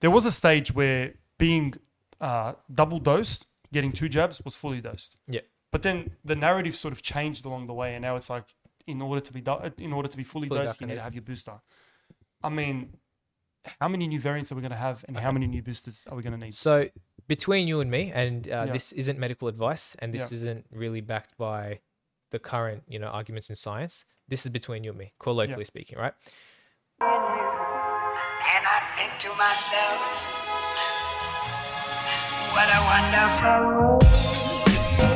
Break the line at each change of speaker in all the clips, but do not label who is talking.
There was a stage where being uh, double dosed, getting two jabs, was fully dosed.
Yeah.
But then the narrative sort of changed along the way, and now it's like in order to be do- in order to be fully,
Fully
dosed, you need to
vaccinated.
have your booster. I mean, how many new variants are we going to have, and how many new boosters are we going to need?
So between you and me, and uh,
Yeah.
this isn't medical advice, and this
Yeah.
isn't really backed by the current, you know, arguments in science. This is between you and me, colloquially speaking, right?
And I think to myself, what a wonderful world.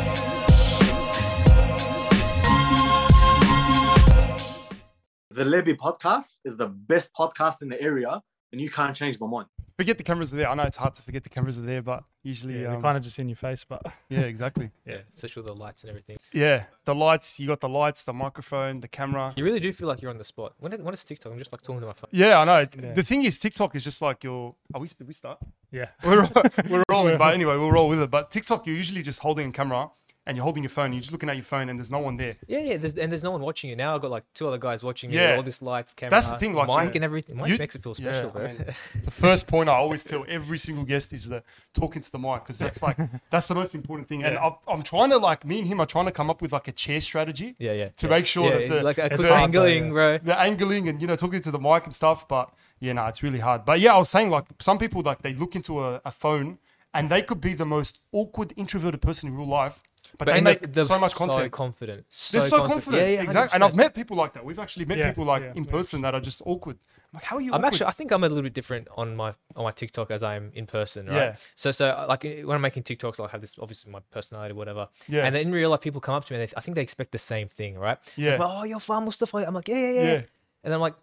The Levy podcast is the best podcast in the area, and you can't change my mind.
Forget the cameras are there. I know it's hard to forget the cameras are there, but usually,
Yeah,
yeah, um,
they're kind of just in your face, but
yeah exactly.
Yeah. Especially with the lights and everything.
Yeah, the lights. You got the lights, the microphone, the camera.
You really do feel like you're on the spot. When, it, when it's TikTok, I'm just like talking to my phone.
Yeah, I know. It-
Yeah.
The thing is, TikTok is just like your. Are we? Did we start?
yeah,
We're we're rolling, but anyway, we'll roll with it. But TikTok, you're usually just holding a camera and you're holding your phone. You're just looking at your phone, and there's no one there.
Yeah, yeah. There's, and there's no one watching you now. I've got like two other guys watching you.
Yeah.
All this lights, camera.
That's the thing, like,
mic
you-
and everything. Mic
you-
makes it feel
yeah,
special,
I
bro.
mean- The first point I always tell every single guest is the talking to the mic because that's like that's the most important thing. And I've, I'm trying to like me and him are trying to come up with like a chair strategy.
yeah, yeah.
To
yeah.
make sure
yeah,
that the
like a
it's
quick
hard,
though,
angling,
yeah.
bro.
the angling and you know talking to the mic and stuff but yeah no it's really hard but yeah i was saying like some people like they look into a, a phone and they could be the most awkward introverted person in real life but, they
and
make
the-
so much
So
content
confident.
they're so, confident,
Yeah, yeah.
exactly and
100%.
i've met people like that we've actually met
Yeah,
people like
yeah,
in
yeah.
person that are just awkward I'm like how are you
I'm
awkward?
actually. I think I'm a little bit different on my on my TikTok as I am in person, right?
Yeah.
So so uh, like uh, when I'm making TikToks, I'll have this obviously my personality, whatever.
Yeah.
And then in real life, people come up to me and they, I think they expect the same thing, right? It's
Yeah.
Like, oh, you're far Mustafa. I'm like, yeah, yeah, yeah.
Yeah.
And I'm like,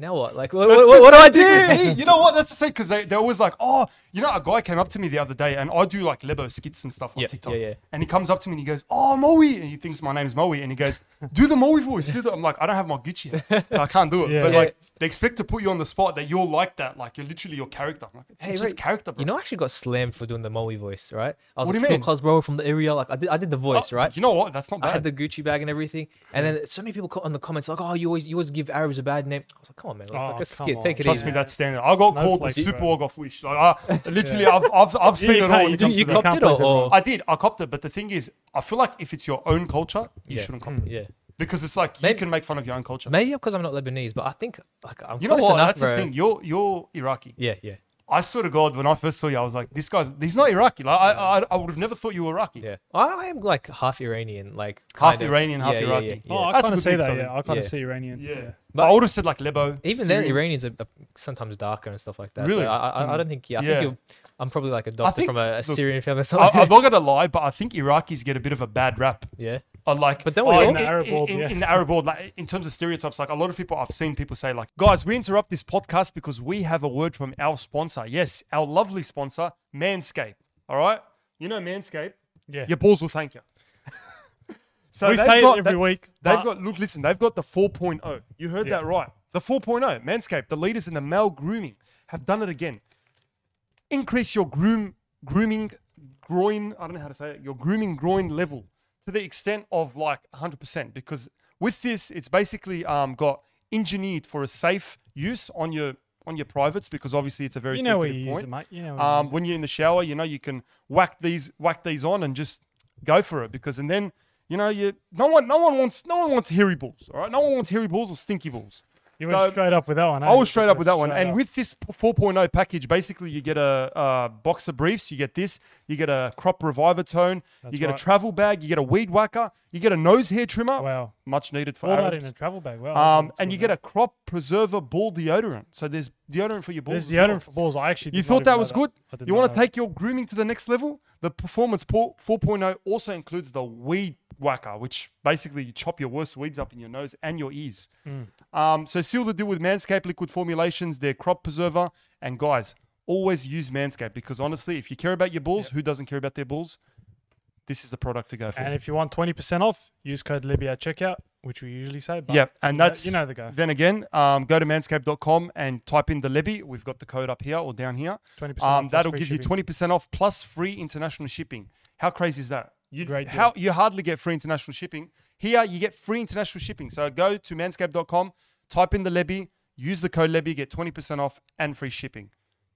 now what? Like, what,
That's
what,
the
what do I
thing with
do?
me. You know what? That's the same because they, they're always like, oh, you know, a guy came up to me the other day and I do like Lebo skits and stuff on
Yeah,
TikTok.
yeah, yeah.
And he comes up to me and he goes, oh, Moe. And he thinks my name's Moe. And he goes, do the Moe voice. Do that. I'm like, I don't have my Gucci. Here, so I can't do it.
Yeah.
But
Yeah.
like, they expect to put you on the spot that you're like that. Like, you're literally your character. I'm like, hey, it's
bro,
just character, bro.
You know, I actually got slammed for doing the Moe voice, right? I was
What do
like,
you mean?
Because bro, from the area, like I did, I did the voice,
Oh,
right?
You know what? That's not
I had
bad.
the Gucci bag and everything, and then so many people co- on the comments like, "Oh, you always you always give Arabs a bad name." I was like, "Come on, man, it's
Oh,
like a
come
skit.
on.
Take it
Trust
easy."
me, that's standard. I got called the
Snowflake,
super
bro.
org off Wish. Like, I, literally, I've, I've, I've seen
you
it
can't-
all.
you
when it
just-
comes
you
to that.
can't
copped it
praise
or, or
I did. I copped it. But the thing is, I feel like if it's your own culture, you
Yeah.
shouldn't cop it.
yeah.
Because it's like you
Maybe-
can make fun of your own culture.
Maybe because I'm not Lebanese, but I think like I'm
you know
close
what?
enough,
That's
bro.
the thing. You're you're Iraqi.
Yeah, yeah,
I swear to God, when I first saw you, I was like, this guy's he's not Iraqi. Like I I, I would have never thought you were Iraqi.
yeah. I, I am like half Iranian, like
Half
kind of.
Iranian, half
Yeah, yeah,
Iraqi.
yeah, yeah.
oh, I
That's a
kind of
good
see
mix,
that.
I
Yeah,
think.
I kind of
Yeah.
see Iranian.
Yeah.
yeah.
But I would have said like Lebo.
Even then, Iranians are, are sometimes darker and stuff like that.
Really? Hmm.
So I, I, I don't think. Yeah, I
Yeah.
think you're, I'm probably like adopted
think-
from a, a
look,
Syrian family. Or
I,
something.
I'm not gonna lie, but I think Iraqis get a bit of a bad rap.
yeah.
I like,
But then
Oh, in,
we all-
the Arab world, in,
yeah.
in the Arab world, like in terms of stereotypes, like a lot of people I've seen people say, like, guys, we interrupt this podcast because we have a word from our sponsor. Yes, our lovely sponsor, Manscaped. All right, you know Manscaped.
Yeah.
your balls will thank you. so
we
they've
say it
got-
every
they-
week.
They've
but-
got look, listen, they've got the 4.0. You heard
Yeah.
that right. The 4.0, Manscaped, the leaders in the male grooming, have done it again. Increase your groom grooming groin, I don't know how to say it, your grooming groin level to the extent of like 100% because with this it's basically um, got engineered for a safe use on your on your privates because obviously it's a very
you know where
sensitive
you use
point.
it, mate. You know. Where you
Um,
use
when you're in the shower, you know you can whack these whack these on and just go for it because and then you know you no one no one wants no one wants hairy balls. All right, no one wants hairy balls or stinky balls.
it. you went
so-
straight up with that one. eh?
I was straight up with that one. And with this 4.0 package, basically you get a, uh boxer briefs, you get this, you get a crop reviver tone, you get
right.
a travel bag, you get a weed whacker, you get a nose hair trimmer,
wow,
much needed for
all that in
Arabs.
a travel bag. Wow. that's-
um,
that's
and
good,
you get
mate.
a crop preserver ball deodorant. So there's deodorant for your balls.
There's
as well.
deodorant for balls. I actually.
You
did not
thought
even
that
know
was good?
I did
You
not
want to
know
take your grooming to the next level? The Performance Por- 4.0 also includes the weed whacker, which basically you chop your worst weeds up in your nose and your ears.
Mm.
Um, so seal the deal with Manscaped liquid formulations, their crop preserver, and guys, always use Manscaped because honestly, if you care about your balls, who doesn't care about their balls? This is the product to go for.
And if you want twenty percent off, use code Libya at checkout, which we usually say. But
Yep, and
you know-
that's
you know the guy.
Then again, um, go to manscaped.com and type in the levy. We've got the code up here or down here.
20%
Um,
off plus
that'll
free
give you
shipping.
twenty percent off plus free international shipping. How crazy is that? You,
Great
How you hardly get free international shipping here. You get free international shipping. So go to manscaped.com, type in the levy, use the code levy, get twenty percent off and free shipping.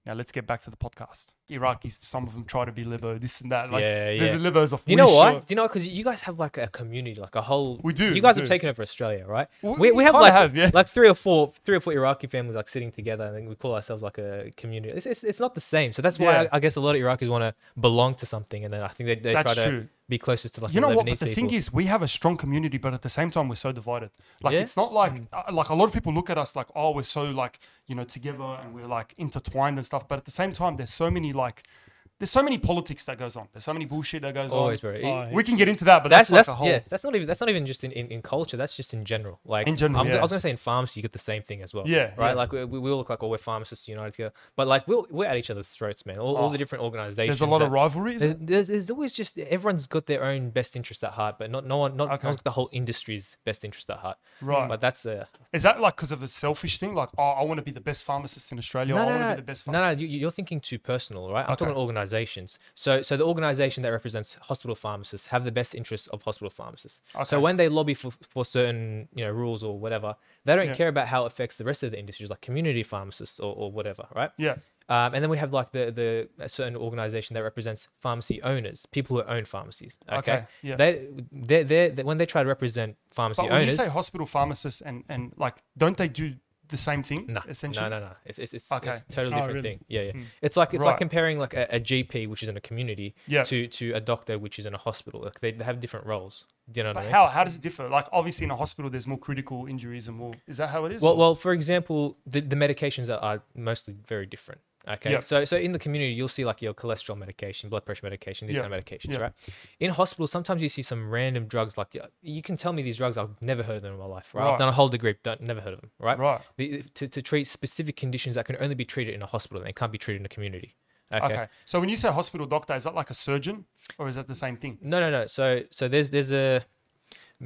Now let's get back to the podcast. Iraqis, some of them try to be libo, this and that. Like,
Yeah,
the,
yeah.
the libos are.
Do you know
for
what?
sure.
Do you know because you guys have like a community, like a whole.
We do, we
You guys
do.
have taken over Australia, right?
We-
We,
we
we, have
kinda
like
have, yeah.
like three or four, three or four Iraqi families like sitting together, and then we call ourselves like a community. It's it's, it's not the same, so that's why
Yeah.
I, I guess a lot of Iraqis want to belong to something, and then I think they, they
That's
try to
true.
be closest to like
You
the
know what?
Lebanese
But the
people.
thing is, we have a strong community, but at the same time, we're so divided. Like,
Yeah. Mm.
it's not like uh, like a lot of people look at us like, oh, we're so like you know together and we're like intertwined and stuff. But at the same time, there's so many like there's so many politics that goes on. There's so many bullshit that goes
always
on.
bro.
Oh,
We can get into that, but that's
that's
like
that's,
a whole.
yeah. That's not even that's not even just in, in, in culture. That's just in general. Like
In general,
I'm-
yeah.
I was gonna say in pharmacy, you get the same thing as well.
Yeah,
right.
yeah.
Like we, we we all look like oh we're pharmacists united together, but like we're we're at each other's throats, man. All, all the different organizations.
Oh, There's a lot of
that-
rivalries.
there- There's, there's always just everyone's got their own best interest at heart, but not no one not
Okay.
no one's got the whole industry's best interest at heart.
Right.
But that's a
Is that like because of a selfish thing? Like, oh, I want to be the best pharmacist in Australia. or I
no,
want to
no,
be the best.
no,
Pharm-
no. You, you're thinking too personal, right? I'm talking organizations. So, so the organization that represents hospital pharmacists have the best interests of hospital pharmacists.
Okay.
So when they lobby for, for certain, you know, rules or whatever, they don't
Yeah.
care about how it affects the rest of the industries, like community pharmacists or, or whatever, right?
Yeah.
Um, and then we have like the the a certain organization that represents pharmacy owners, people who own pharmacies. Okay.
Okay, yeah.
They they they they- when they try to represent pharmacy
But when
owners.
you say hospital pharmacists and and like, don't they do the same thing?
No,
essentially.
no, no, no. It's it's it's,
Okay. Hmm.
it's a totally
Oh,
different
really?
thing. Yeah, yeah. It's like it's
Right.
like comparing like a, a GP, which is in a community,
Yeah.
to to a doctor, which is in a hospital. Like they, they have different roles. Do you know what I
But
mean?
how how does it differ? Like, obviously, in a hospital, there's more critical injuries and more. Is that how it is?
well,
Or-
well, for example, the, the medications are, are mostly very different. Okay,
Yeah.
so so in the community, you'll see like your cholesterol medication, blood pressure medication, these
Yeah.
kind of medications,
Yeah.
right? In hospitals, sometimes you see some random drugs. Like yeah, you can tell me these drugs, I've never heard of them in my life. Right,
Right.
I've done a whole degree, don't never heard of them. Right,
Right.
The, to to treat specific conditions that can only be treated in a hospital, they can't be treated in a community.
okay. So when you say hospital doctor, is that like a surgeon, or is that the same thing?
No, no, no. So, so there's there's a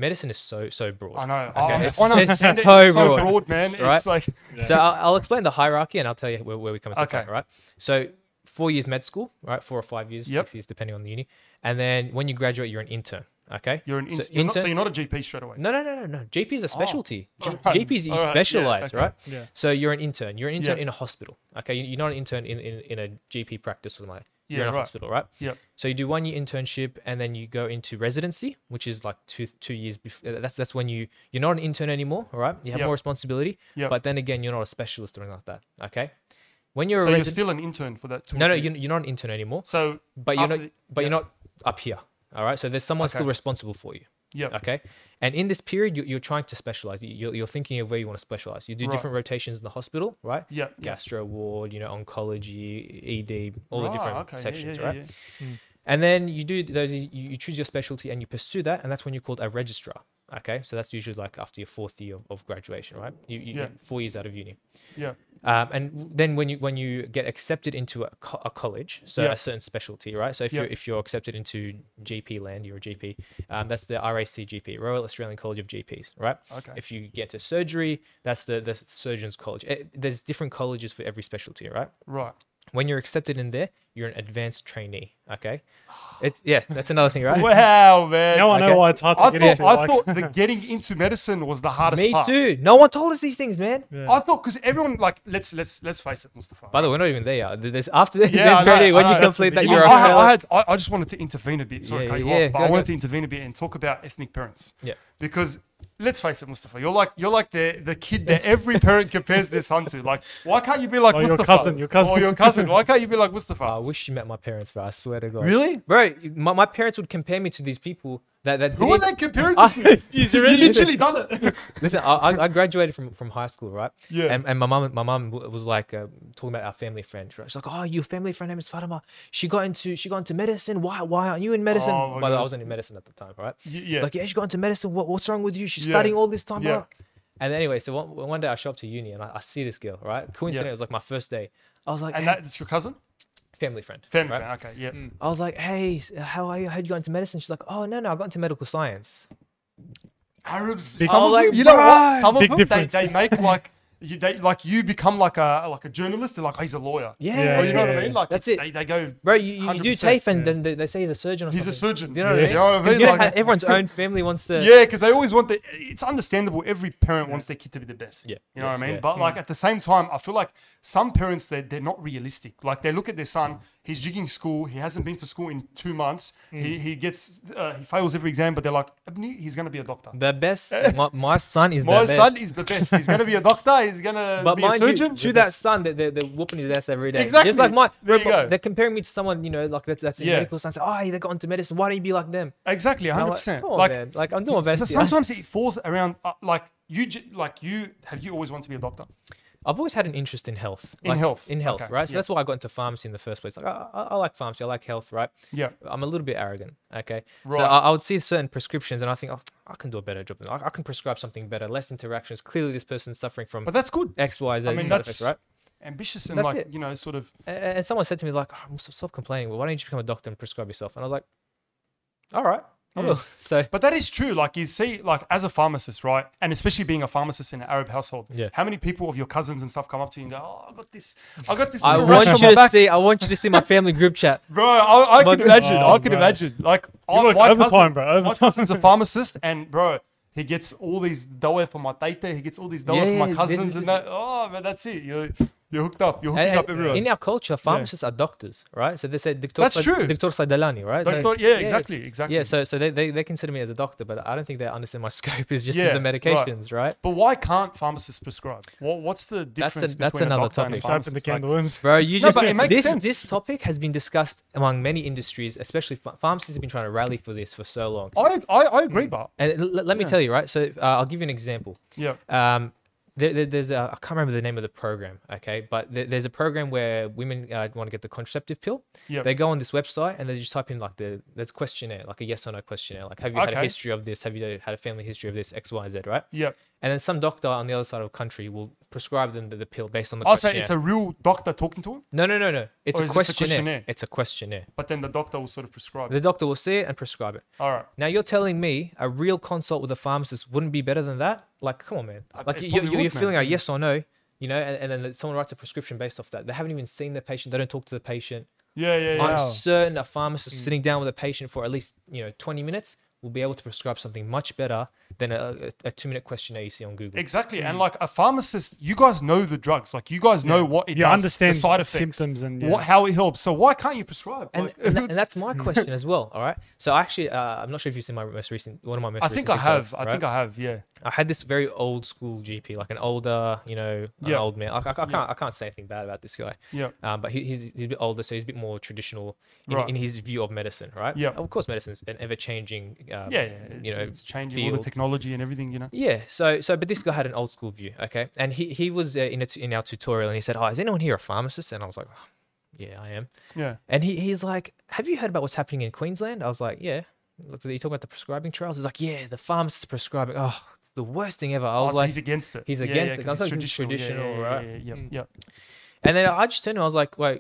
medicine is so so broad.
I know.
Okay,
Oh,
it's,
I know.
it's so
And it's
broad.
man.
right?
It's like
So I'll, I'll explain the hierarchy and I'll tell you where, where we come into
Okay.
okay. right? So four years med school, right? Four or five years,
Yep.
six years, depending on the uni. And then when you graduate, you're an intern. Okay.
you're an
So
inter- you're not, so you're not a GP straight away.
no, no, no, no, no. GP
Oh.
is a specialty. G-
alright,
GP is you
alright, yeah,
specialize,
okay,
right?
yeah.
So you're an intern. You're an intern
Yeah.
in a hospital. Okay. You- You're not an intern in, in, in a GP practice or something like that. You're
Yeah,
in a
right.
hospital, right?
Yep.
So you do one year internship and then you go into residency, which is like two two years. Bef- uh, that's that's when you you're not an intern anymore, all right? You have
Yep.
more responsibility,
Yep.
but then again, you're not a specialist or anything like that. Okay. When you're
So
a
you're
resident,
still an intern for that. two
no, no,
years.
you're, you're not an intern anymore,
So,
but you're
after
not
the-
but you're not up here, all right? So there's someone
Okay.
still responsible for you.
Yep.
Okay. And in this period, you, you're trying to specialize. You- You're, you're thinking of where you want to specialize. You do
Right.
different rotations in the hospital, right?
Yep, yep.
Gastro ward, you know, oncology, ED, all
Ah,
the different
okay, yeah,
sections,
yeah, yeah,
right?
yeah.
And then you do those, you, you choose your specialty and you pursue that. And that's when you're called a registrar. Okay. So that's usually like after your fourth year of, of graduation, right? You, you,
Yeah.
Four years out of uni.
Yeah.
Um, and w- then when you when you get accepted into a, co- a college, so
Yeah.
a certain specialty, right? So if
Yeah.
you're if you're accepted into GP land, you're a GP. Um, that's the RACGP, Royal Australian College of GPs, right?
Okay.
If you get to surgery, that's the the surgeon's college. Eh, there's different colleges for every specialty, right?
Right.
When you're accepted in there, you're an advanced trainee. Okay, it's yeah, that's another thing, right?
Wow, man.
Now I know
Okay.
why it's hard to
I
get
thought
into.
I
like,
thought the getting into medicine was the hardest
Me
part.
too. No one told us these things, man.
Yeah.
I thought because everyone like let's let's let's face it, Mustafa.
By the way, we're not even there. yet. There's after the
Yeah, I know,
yeah,
I
when
know,
you
that's the
complete that,
thing.
you're
I,
a
I,
fellow-
I, had, I, I just wanted to intervene a bit. Sorry
Yeah,
to cut you
yeah,
off, but
go,
I wanted
go.
to intervene a bit and talk about ethnic parents.
Yeah.
Because let's face it, Mustafa, you're like you're like the the kid that every parent compares their son to. Like, why can't you be
Oh,
like
Or your
Mustafa?
cousin, your cousin.
Or your cousin. Why can't you be like
I
Mustafa?
wish you met my parents, bro. I swear to God.
Really?
Bro, my, my parents would compare me to these people that that.
Who are they
didn't-
comparing
I-
you to? You
really-
literally done it.
Listen, I, I I graduated from, from high school, right?
Yeah.
And, and my mom my mom w- was like uh, talking about our family friend. Right? She's like, "Oh, your family friend name is Fatima. She got into she got into medicine. Why why aren't you in medicine?
Oh my
By the way,
God.
I wasn't in medicine at the time, right?
Y-
She's
yeah.
Like yeah, she got into medicine. What, what's wrong with you? She's
Yeah.
studying all this time.
Yeah.
blah." And anyway, so one, one day I show up to uni and I, I see this girl, right? Coincidentally, it was like my first day. I was like,
And
"Hey,
that's your cousin?
family friend.
Family
right?
friend. Okay, yeah.
I was like, hey, s- how are you? How'd you go into medicine? She's like, oh, no, no, I got into medical science.
Arabs.
Big-
some
Oh,
of
like,
them, you know what?
bruh.
Some of
Big
them they,
difference.
they make like you, they, like you become like a like a journalist. They're like, "Oh, he's a lawyer.
Yeah,
Oh, you know what I
yeah,
mean?
yeah.
Like
That's
it's-
it.
They, they go.
Bro, you, you, you do
100%,
TAFE and then they, they say he's a surgeon or
He's a
something.
surgeon.
Do you know what I mean?
You know what I mean?
You know
Like-
how everyone's own family wants to.
Yeah, because they always want the. It's understandable. Every parent wants their kid to be the best.
Yeah,
you know
yeah,
what I mean.
yeah.
But like at the same time, I feel like some parents they they're not realistic. Like they look at their son. He's jigging school. He hasn't been to school in two months.
Mm.
He he gets uh, he fails every exam. But they're like, "Abni, he's gonna be a doctor.
The best. My, my son is
My
the best.
son is the best. He's gonna be a doctor. He's gonna
but
be a
mind you,
surgeon.
to that son, they- they're, they're whooping his ass every day.
Exactly.
Just like my,
There you
bro,
go.
They're comparing me to someone, you know, like that's that's in
Yeah.
medical science. Like, oh, they got into medicine. Why don't you be like them?
exactly,
And I'm
hundred
like,
percent.
come on,
Like
man. like I'm doing my
but
best. here.
sometimes it falls around uh, like you j- like you have you always wanted to be a doctor.
I've always had an interest in health.
In
like-
health,
In health,
okay,
right? So
yeah.
that's why I got into pharmacy in the first place. Like I, I, I like pharmacy. I like health, right?
Yeah.
I'm a little bit arrogant. Okay. So
Right.
I, I would see certain prescriptions and I think, oh, I can do a better job than I, I can prescribe something better, less interactions. Clearly, this person's suffering from
But that's good.
X, Y, Z
mean,
side effects,
that's-
right?
Ambitious and
That's
like
it.
you know sort of
A- a- And someone said to me, like, "Oh, I'm so- self-complaining. Well, why don't you just become a doctor and prescribe yourself? And I was like, all right, I will. So
But that is true. Like you see, like as a pharmacist, right, and especially being a pharmacist in an Arab household,
Yeah.
how many people of your cousins and stuff come up to you and go, "Oh, I got this, I got this."
I
little
want
rash on my
you to
back."
see. I want you to see my family group chat.
bro. I, I
But-
can imagine.
Oh,
I can
bro.
imagine. Like, I,
work
my
overtime,
cousin-
bro,
My
overtime.
cousin's a pharmacist, and bro, he gets all these dough for my tete. He gets all these dough for
Yeah,
my
this-
cousins, and that. Oh man, that's it. You're you're hooked up. You're hooking
And-
up
and
everyone.
in our culture, pharmacists are doctors, right? So they say Dr.
That's
Said-
true.
Dr. Saidalani, right? So-
Doctor- yeah, exactly, exactly.
Yeah, so so they, they, they consider me as a doctor, but I don't think they understand my scope is just
Yeah,
the
right.
medications, right?
but why can't pharmacists prescribe? What, what's the difference between
that's
a
another
doctor and a
topic.
Just open the
pharmacist? Like,
can of worms.
Bro, you
No,
just
but it makes
this
sense.
this topic has been discussed among many industries, especially ph- pharmacists have been trying to rally for this for so long.
I don't. I, I
Mm.
agree, but
And l- l- let me tell you, right? So uh, I'll give you an example.
yeah.
Um, there, there, there's a, I can't remember the name of the program, okay, but there, there's a program where women uh, want to get the contraceptive pill.
Yep.
They go on this website and they just type in like the there's a questionnaire, like a yes or no questionnaire, like have you had a
Okay.
history of this? Have you had a family history of this? X, Y, Z, right?
Yep.
And then some doctor on the other side of the country will prescribe them the, the pill based on the
I'll
questionnaire.
say it's a real doctor talking to him,
no, no, no, no. It's
Or
a
is this a
questionnaire.
questionnaire?
It's a questionnaire.
but then the doctor will sort of prescribe.
The
it.
doctor will see it and prescribe it.
All right.
Now you're telling me a real consult with a pharmacist wouldn't be better than that? Like, come on, man. Like
it probably
you, you, you're
would, man.
feeling a yes or no, you know, and, and then someone writes a prescription based off that. They haven't even seen the patient. They don't talk to the patient.
Yeah, yeah, yeah.
I'm certain a pharmacist
Mm.
sitting down with a patient for at least you know 20 minutes will be able to prescribe something much better than a, a, a two-minute questionnaire you see on Google.
Exactly.
Mm.
And like a pharmacist, you guys know the drugs. Like you guys know what it
You
does,
understand
the side
the
effects,
symptoms and, yeah.
what, how it helps. So why can't you prescribe?
and,
Like,
and, tha-
it's-
and that's my question as well. All right. So actually, uh, I'm not sure if you've seen my most recent one of my most.
I think I
recent
have.
TikToks,
I
right?
think I have. Yeah.
I had this very old school GP, like an older, you know, an
Yeah.
old man. Like, I, I can't, I can't say anything bad about this guy.
Yeah.
Um, but he, he's he's a bit older, so he's a bit more traditional in,
Right.
in his view of medicine, right?
Yeah.
Of course, medicine's an ever changing. Um,
Yeah. yeah. It's,
you know,
it's changing all
field.
the technology and everything. You know.
Yeah. So so, but this guy had an old school view, okay? And he he was uh, in a t- in our tutorial, and he said, "Oh, is anyone here a pharmacist?" And I was like, "Oh, "Yeah, I am."
Yeah.
And he, he's like, Have you heard about what's happening in Queensland? I was like, Yeah. Like, You talk about the prescribing trials? He's like, Yeah, the pharmacist's prescribing. Oh, it's the worst thing ever. I
Oh,
was
so
like,
he's against it.
he's
Yeah, yeah,
against it.
'cause
That's
he's
like just traditional,
yeah, yeah,
right? Mm.
Yeah. Yeah. yeah,
And then I just turned and I was like, Wait,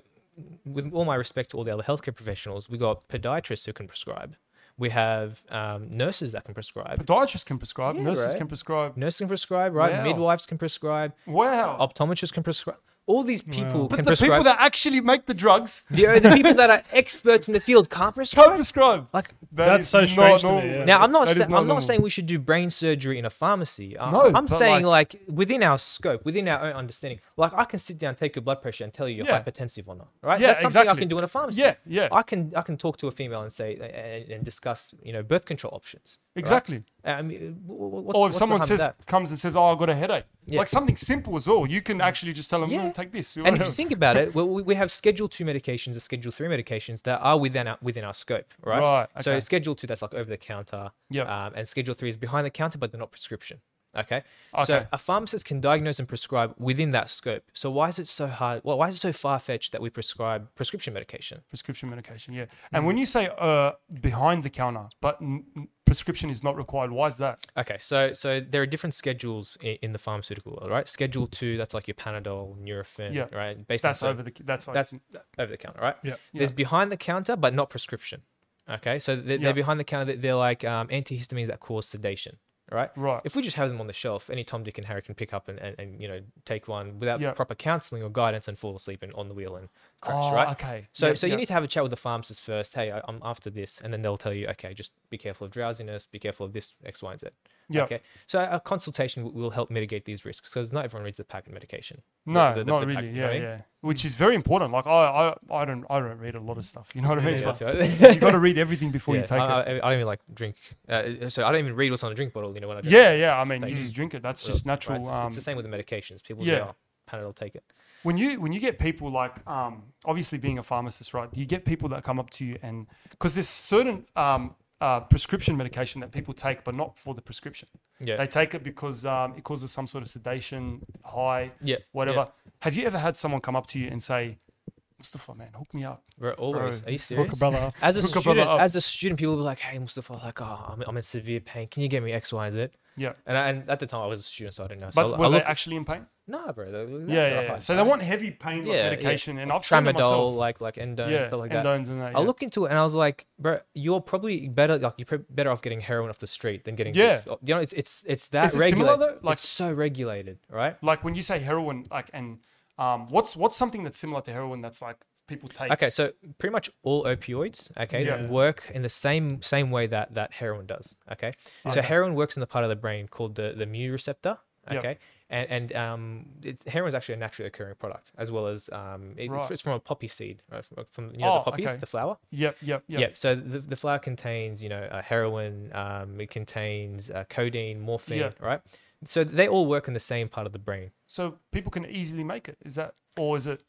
with all my respect to all the other healthcare professionals, we got podiatrists who can prescribe, we have um, nurses that can prescribe.
Podiatrists can prescribe.
Yeah,
nurses
right.
can prescribe.
Nurses can prescribe, right?
Wow.
Midwives can prescribe.
Wow.
Optometrists can prescribe. All these people
but
can
the
prescribe.
people that actually make the drugs
the, the people that are experts in the field can't
can't
prescribe.
prescribe.
Like,
That
That's
is
so
not
strange to me,
normal.
yeah.
Now I'm not.
That is
Sa- I'm
normal.
not saying we should do brain surgery in a pharmacy. I-
No,
I'm
but,
saying like, within our scope, within our own understanding. Like I can sit down, take your blood pressure, and tell you you're
Yeah.
hypertensive or not. Right?
Yeah,
That's something I
exactly.
can do in a pharmacy.
Yeah, yeah.
I can I can talk to a female and say and, and discuss you know birth control options. right?
Exactly.
I mean, wh- wh- what's,
or
what's
if
the
someone
harm in
says
that?
comes and says, "Oh, I got a headache,"
Yeah.
like something simple as well. You can actually just tell them,
Yeah.
"Mm, "Take this."
And if you think about it, well, we, we have Schedule Two medications and Schedule Three medications that are within our within our scope, right?
Right,
So
okay.
Schedule Two, that's like over the counter.
Yep.
Um, and Schedule Three is behind the counter, but they're not prescription. Okay. So
Okay.
a pharmacist can diagnose and prescribe within that scope. So why is it so hard? Well, why is it so far fetched that we prescribe prescription medication?
prescription medication, yeah. And
Mm.
when you say uh, behind the counter, but n- n- prescription is not required, why is that?
Okay, so so there are different schedules in, in the pharmaceutical world, right? Schedule two, that's like your Panadol, Nurofen,
Yeah.
right? Based
That's
on
over the that's like,
that's over the counter, right?
Yeah.
There's behind the counter, but not prescription. Okay, so
Yeah.
they're, they're behind the counter. They're like um, antihistamines that cause sedation. right?
Right.
If we just have them on the shelf, any Tom, Dick, and Harry can pick up and, and, and you know take one without
Yeah.
proper counselling or guidance and fall asleep and on the wheel and crash,
Oh,
right?
okay.
So
Yeah,
so
yeah.
you need to have a chat with the pharmacist first. Hey, I, I'm after this, and then they'll tell you, okay, just be careful of drowsiness, be careful of this X, Y, and Z.
Yeah.
Okay. So a consultation w- will help mitigate these risks because not everyone reads the packet medication. The-
No,
the- the-
not
the packet,
really.
you know
Yeah,
what I mean?
yeah. Which is very important. Like I, I, I don't, I don't read a lot of stuff. You know what I mean?
Yeah,
Like,
that's right.
you got to read everything before you
Yeah,
take
I,
it.
I, I don't even like drink. Uh, so I don't even read what's on a drink bottle. You know when I go to
yeah, yeah. I mean, you
Stage.
just drink it. That's
the-
just
right,
natural.
It's, it's
um,
the same with the medications. People
yeah.
yeah. say, oh, Panadol, take it.
when you when you get people like um, obviously being a pharmacist right you get people that come up to you and because there's certain um, uh, prescription medication that people take but not for the prescription
Yeah.
they take it because um, it causes some sort of sedation high
Yeah,
whatever have you ever had someone come up to you and say mustafa man hook me up
We're always.
Bro,
are you
it's-
serious?
Hook a brother up.
As a
Hook a brother
student,
up.
as a student, people will be like, "Hey, Mustafa, like, oh, I'm, I'm in severe pain. Can you get me X, Y, Z?"
yeah
And, I, and at the time, I was a student, so I didn't know. So
but
I, I
were they
look,
actually in pain
nah, bro. they- they-
yeah
they're
yeah,
like,
yeah.
"Oh,
so they
fine."
want heavy pain like,
Yeah, yeah.
medication and i've seen it myself
tramadol, like like endone,
yeah
stuff like that.
endones and that
I
yeah.
look into it and I was like, bro, you're probably better like you're prob- better off getting heroin off the street than getting
Yeah.
this. You know, it's it's it's that
Is it similar,
regulated.
though? Like-
it's so regulated, right?
like when you say heroin like and um what's what's something that's similar to heroin that's like people take
Okay, so pretty much all opioids, okay,
Yeah.
that work in the same same way that that heroin does. Okay, so heroin works in the part of the brain called the the mu receptor.
Yep.
Okay, and and um, it's, heroin is actually a naturally occurring product as well as um, it's,
Right.
it's from a poppy seed, right? from- from you know
Oh,
the poppies,
okay.
the flower.
yep yep yep
Yeah. So the, the flour contains, you know, uh, heroin. Um, it contains uh, codeine, morphine,
Yeah.
right? So they all work in the same part of the brain.
so people can easily make it is that or is it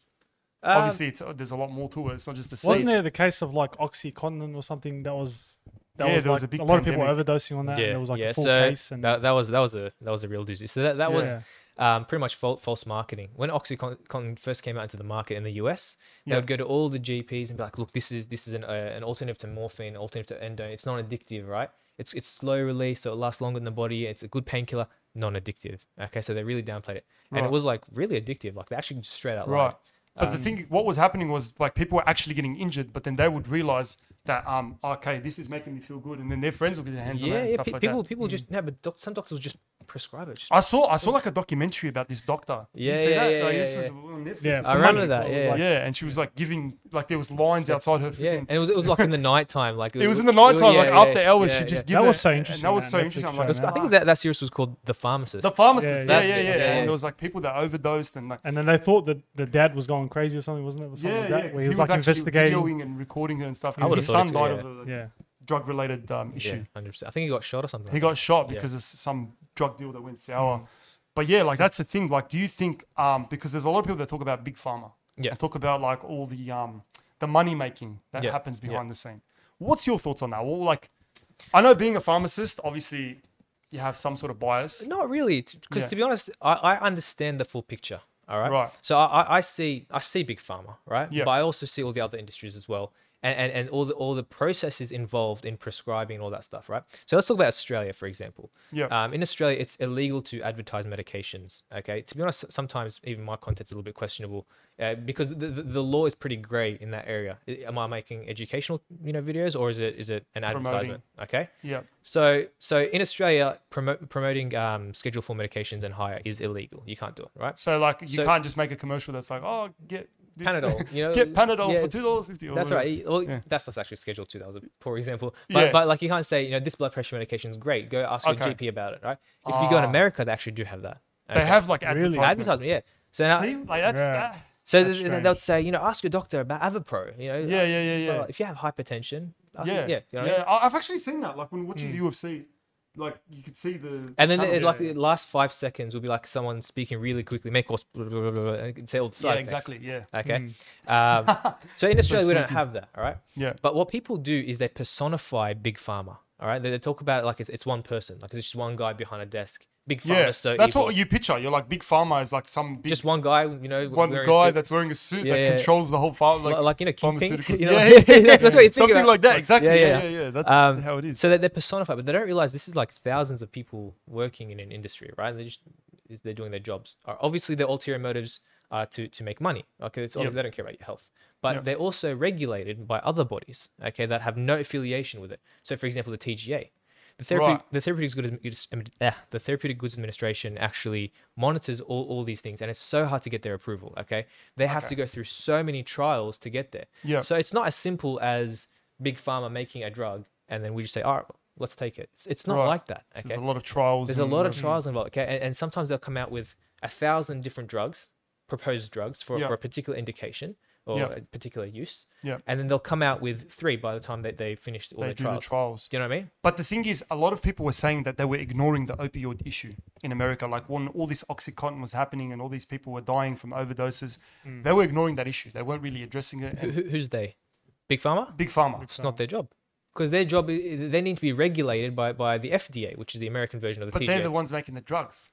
Um,
obviously it's uh, there's a lot more to it it's not just the seed.
Wasn't there the case of like OxyContin or something that was that
Yeah,
was,
there was
like,
a big
lot of people
pandemic.
overdosing on that and there was like a full
so
case and
that, that was that was a that was a real doozy. So that, that was
Yeah.
um, pretty much fal- false marketing. When OxyContin first came out into the market in the US, they
Yeah.
would go to all the GPs and be like, "Look, this is this is an, uh, an alternative to morphine, alternative to endone. It's not addictive, right? It's it's slow release, so it lasts longer in the body. It's a good painkiller, non-addictive. Okay, so they really downplayed it, and
Right.
it was like really addictive. Like they actually just straight out
right
lied.
but
Um,
the thing what was happening was like people were actually getting injured but then they would realize that um okay this is making me feel good and then their friends will get their hands on it
Yeah,
and
yeah.
stuff
pe-
like
people
that Mm.
people just no, but doc- some doctors will just prescribe it. Just,
I saw I saw like a documentary about this doctor.
Yeah,
you see
yeah,
that?
yeah,
Like,
yeah,
this was
yeah.
on Netflix.
yeah,
I
for
remember
money,
that,
it was
yeah.
like-
yeah, and she was like giving like there was lines outside her.
yeah,
Oh, freaking-
and it was it was like in the nighttime, like
It was in the
w-
nighttime,
yeah,
like
yeah,
after hours,
yeah,
she just
yeah.
give
That
it-
was so
and
interesting,
That was
that
so
Netflix
interesting. I'm
show,
like,
man.
I think that, that series was called The Pharmacist.
the pharmacist.
Yeah,
Yeah, yeah, yeah.
yeah.
Yeah, yeah, yeah.
And there was like people that overdosed and like
and then they thought that the dad was going crazy or something, wasn't it? Or something
yeah,
like
yeah.
that,
'cause
where he was, like
actually
investigating.
videoing and recording her and stuff.
I
His,
would've
his son
thought it's-
died
yeah.
of a
Yeah,
drug related um, issue.
yeah, 100%. I think he got shot or something.
He
like
got shot
Yeah. Mm.
because of some drug deal that went sour. But yeah, like that's the thing. Like, do you think um because there's a lot of people that talk about big pharma
Yeah.
and talk about like all the um the money making that
Yeah,
happens
yeah.
behind the scene. What's your thoughts on that? Well, like, I know being a pharmacist, obviously, you have some sort of bias.
that. Not really, because
Yeah.
to be honest, I, I understand the full picture. All right.
Right.
So I, I- I see I see big pharma, right?
Yeah.
But I also see all the other industries as well, and, and and all the all the processes involved in prescribing and all that stuff, right? So let's talk about Australia, for example.
Yeah.
Um, in Australia, it's illegal to advertise medications. Okay. To be honest, sometimes even my content's a little bit questionable uh, because the, the the law is pretty grey in that area. I- Am I making educational you know videos or is it is it an advertisement? Okay.
Yeah.
So, so in Australia, promo- promoting um, Schedule Four medications and higher is illegal. You can't do it, right?
So like, you
So-
can't just make a commercial that's like, oh, get this,
Panadol, you know,
get Panadol
yeah,
for two dollars fifty.
That's right. Well,
Oh, Yeah.
that stuff's actually Schedule Two. That was a poor example. But,
Yeah.
but like, you can't say, you know, this blood pressure medication is great. Go ask your
Okay.
GP about it, right? If you go in
Ah.
America, they actually do have that.
They
Okay.
have like
Really?
advertisement.
advertisement, yeah. So, now,
See? Like that's
Yeah.
that-
so
That's
th- th- they'll say, you know, ask your doctor about Avapro. You know,
Yeah, yeah, yeah,
well,
yeah.
If you have hypertension, ask
yeah, yeah,
yeah, you know what I mean? Hmm.
I- I've actually seen that. Like when watching the UFC, like you could see the.
And then
channel.
it, like
Yeah,
the last five seconds will be like someone speaking really quickly, make course, blah, blah, blah, blah, and it can say all the
yeah,
side effects.
exactly. Yeah,
Okay. Um, so in Australia, we don't
sneaky.
have that. All right.
Hmm. yeah,
But what people do is they personify Big Pharma. All right. They, they talk about it like it's, it's one person, like it's just one guy behind a desk. Big Pharma
yeah.
is so
that's
evil.
what you picture. You're like big pharma is like some big
just one guy, you know,
one
wearing-
guy that's wearing a suit
Yeah,
that
yeah.
controls the whole farm, like,
li- like you know, kingpin.
pharmaceuticals.
You know,
yeah, yeah, yeah.
that's what you think
something
about.
like that. Exactly.
yeah,
Yeah, yeah,
yeah.
yeah. That's
Um,
how it is.
So that they're personified, but they don't realize this is like thousands of people working in an industry, right? They just is- they're doing their jobs. Uh, Obviously, their ulterior motives are to to make money. Okay, it's obvious
Yep.
they don't care about your health, but
Yep.
they're also regulated by other bodies. Okay, that have no affiliation with it. So, for example, the TGA. the therapeutic,
Right.
the therapeutic goods, Goods- Admi- ah, the therapeutic goods administration actually monitors all, all these things, and it's so hard to get their approval. Okay, they have to go through so many trials to get there.
Yeah.
So it's not as simple as big pharma making a drug and then we just say, all right, let's take it. It's, it's not
Right.
like that. Okay.
There's a lot Mm-hmm. of trials.
There's a
and
lot of
whatever.
trials involved. Okay, and, and sometimes they'll come out with a thousand different drugs, proposed drugs for,
Yeah.
for a particular indication or
Yeah.
a particular use.
Yeah.
And then they'll come out with three by the time that they finish all
They
their
do
trials.
the trials.
Do you know what I mean?
But the thing is, a lot of people were saying that they were ignoring the opioid issue in America. Like when all this Oxycontin was happening and all these people were dying from overdoses,
Mm.
they were ignoring that issue. They weren't really addressing it.
Who,
And
who, who's they? Big pharma?
Big Pharma.
It's not their job. Because their job, i- i- they need to be regulated by, by the FDA, which is the American version of the
But
TGA.
they're the ones making the drugs.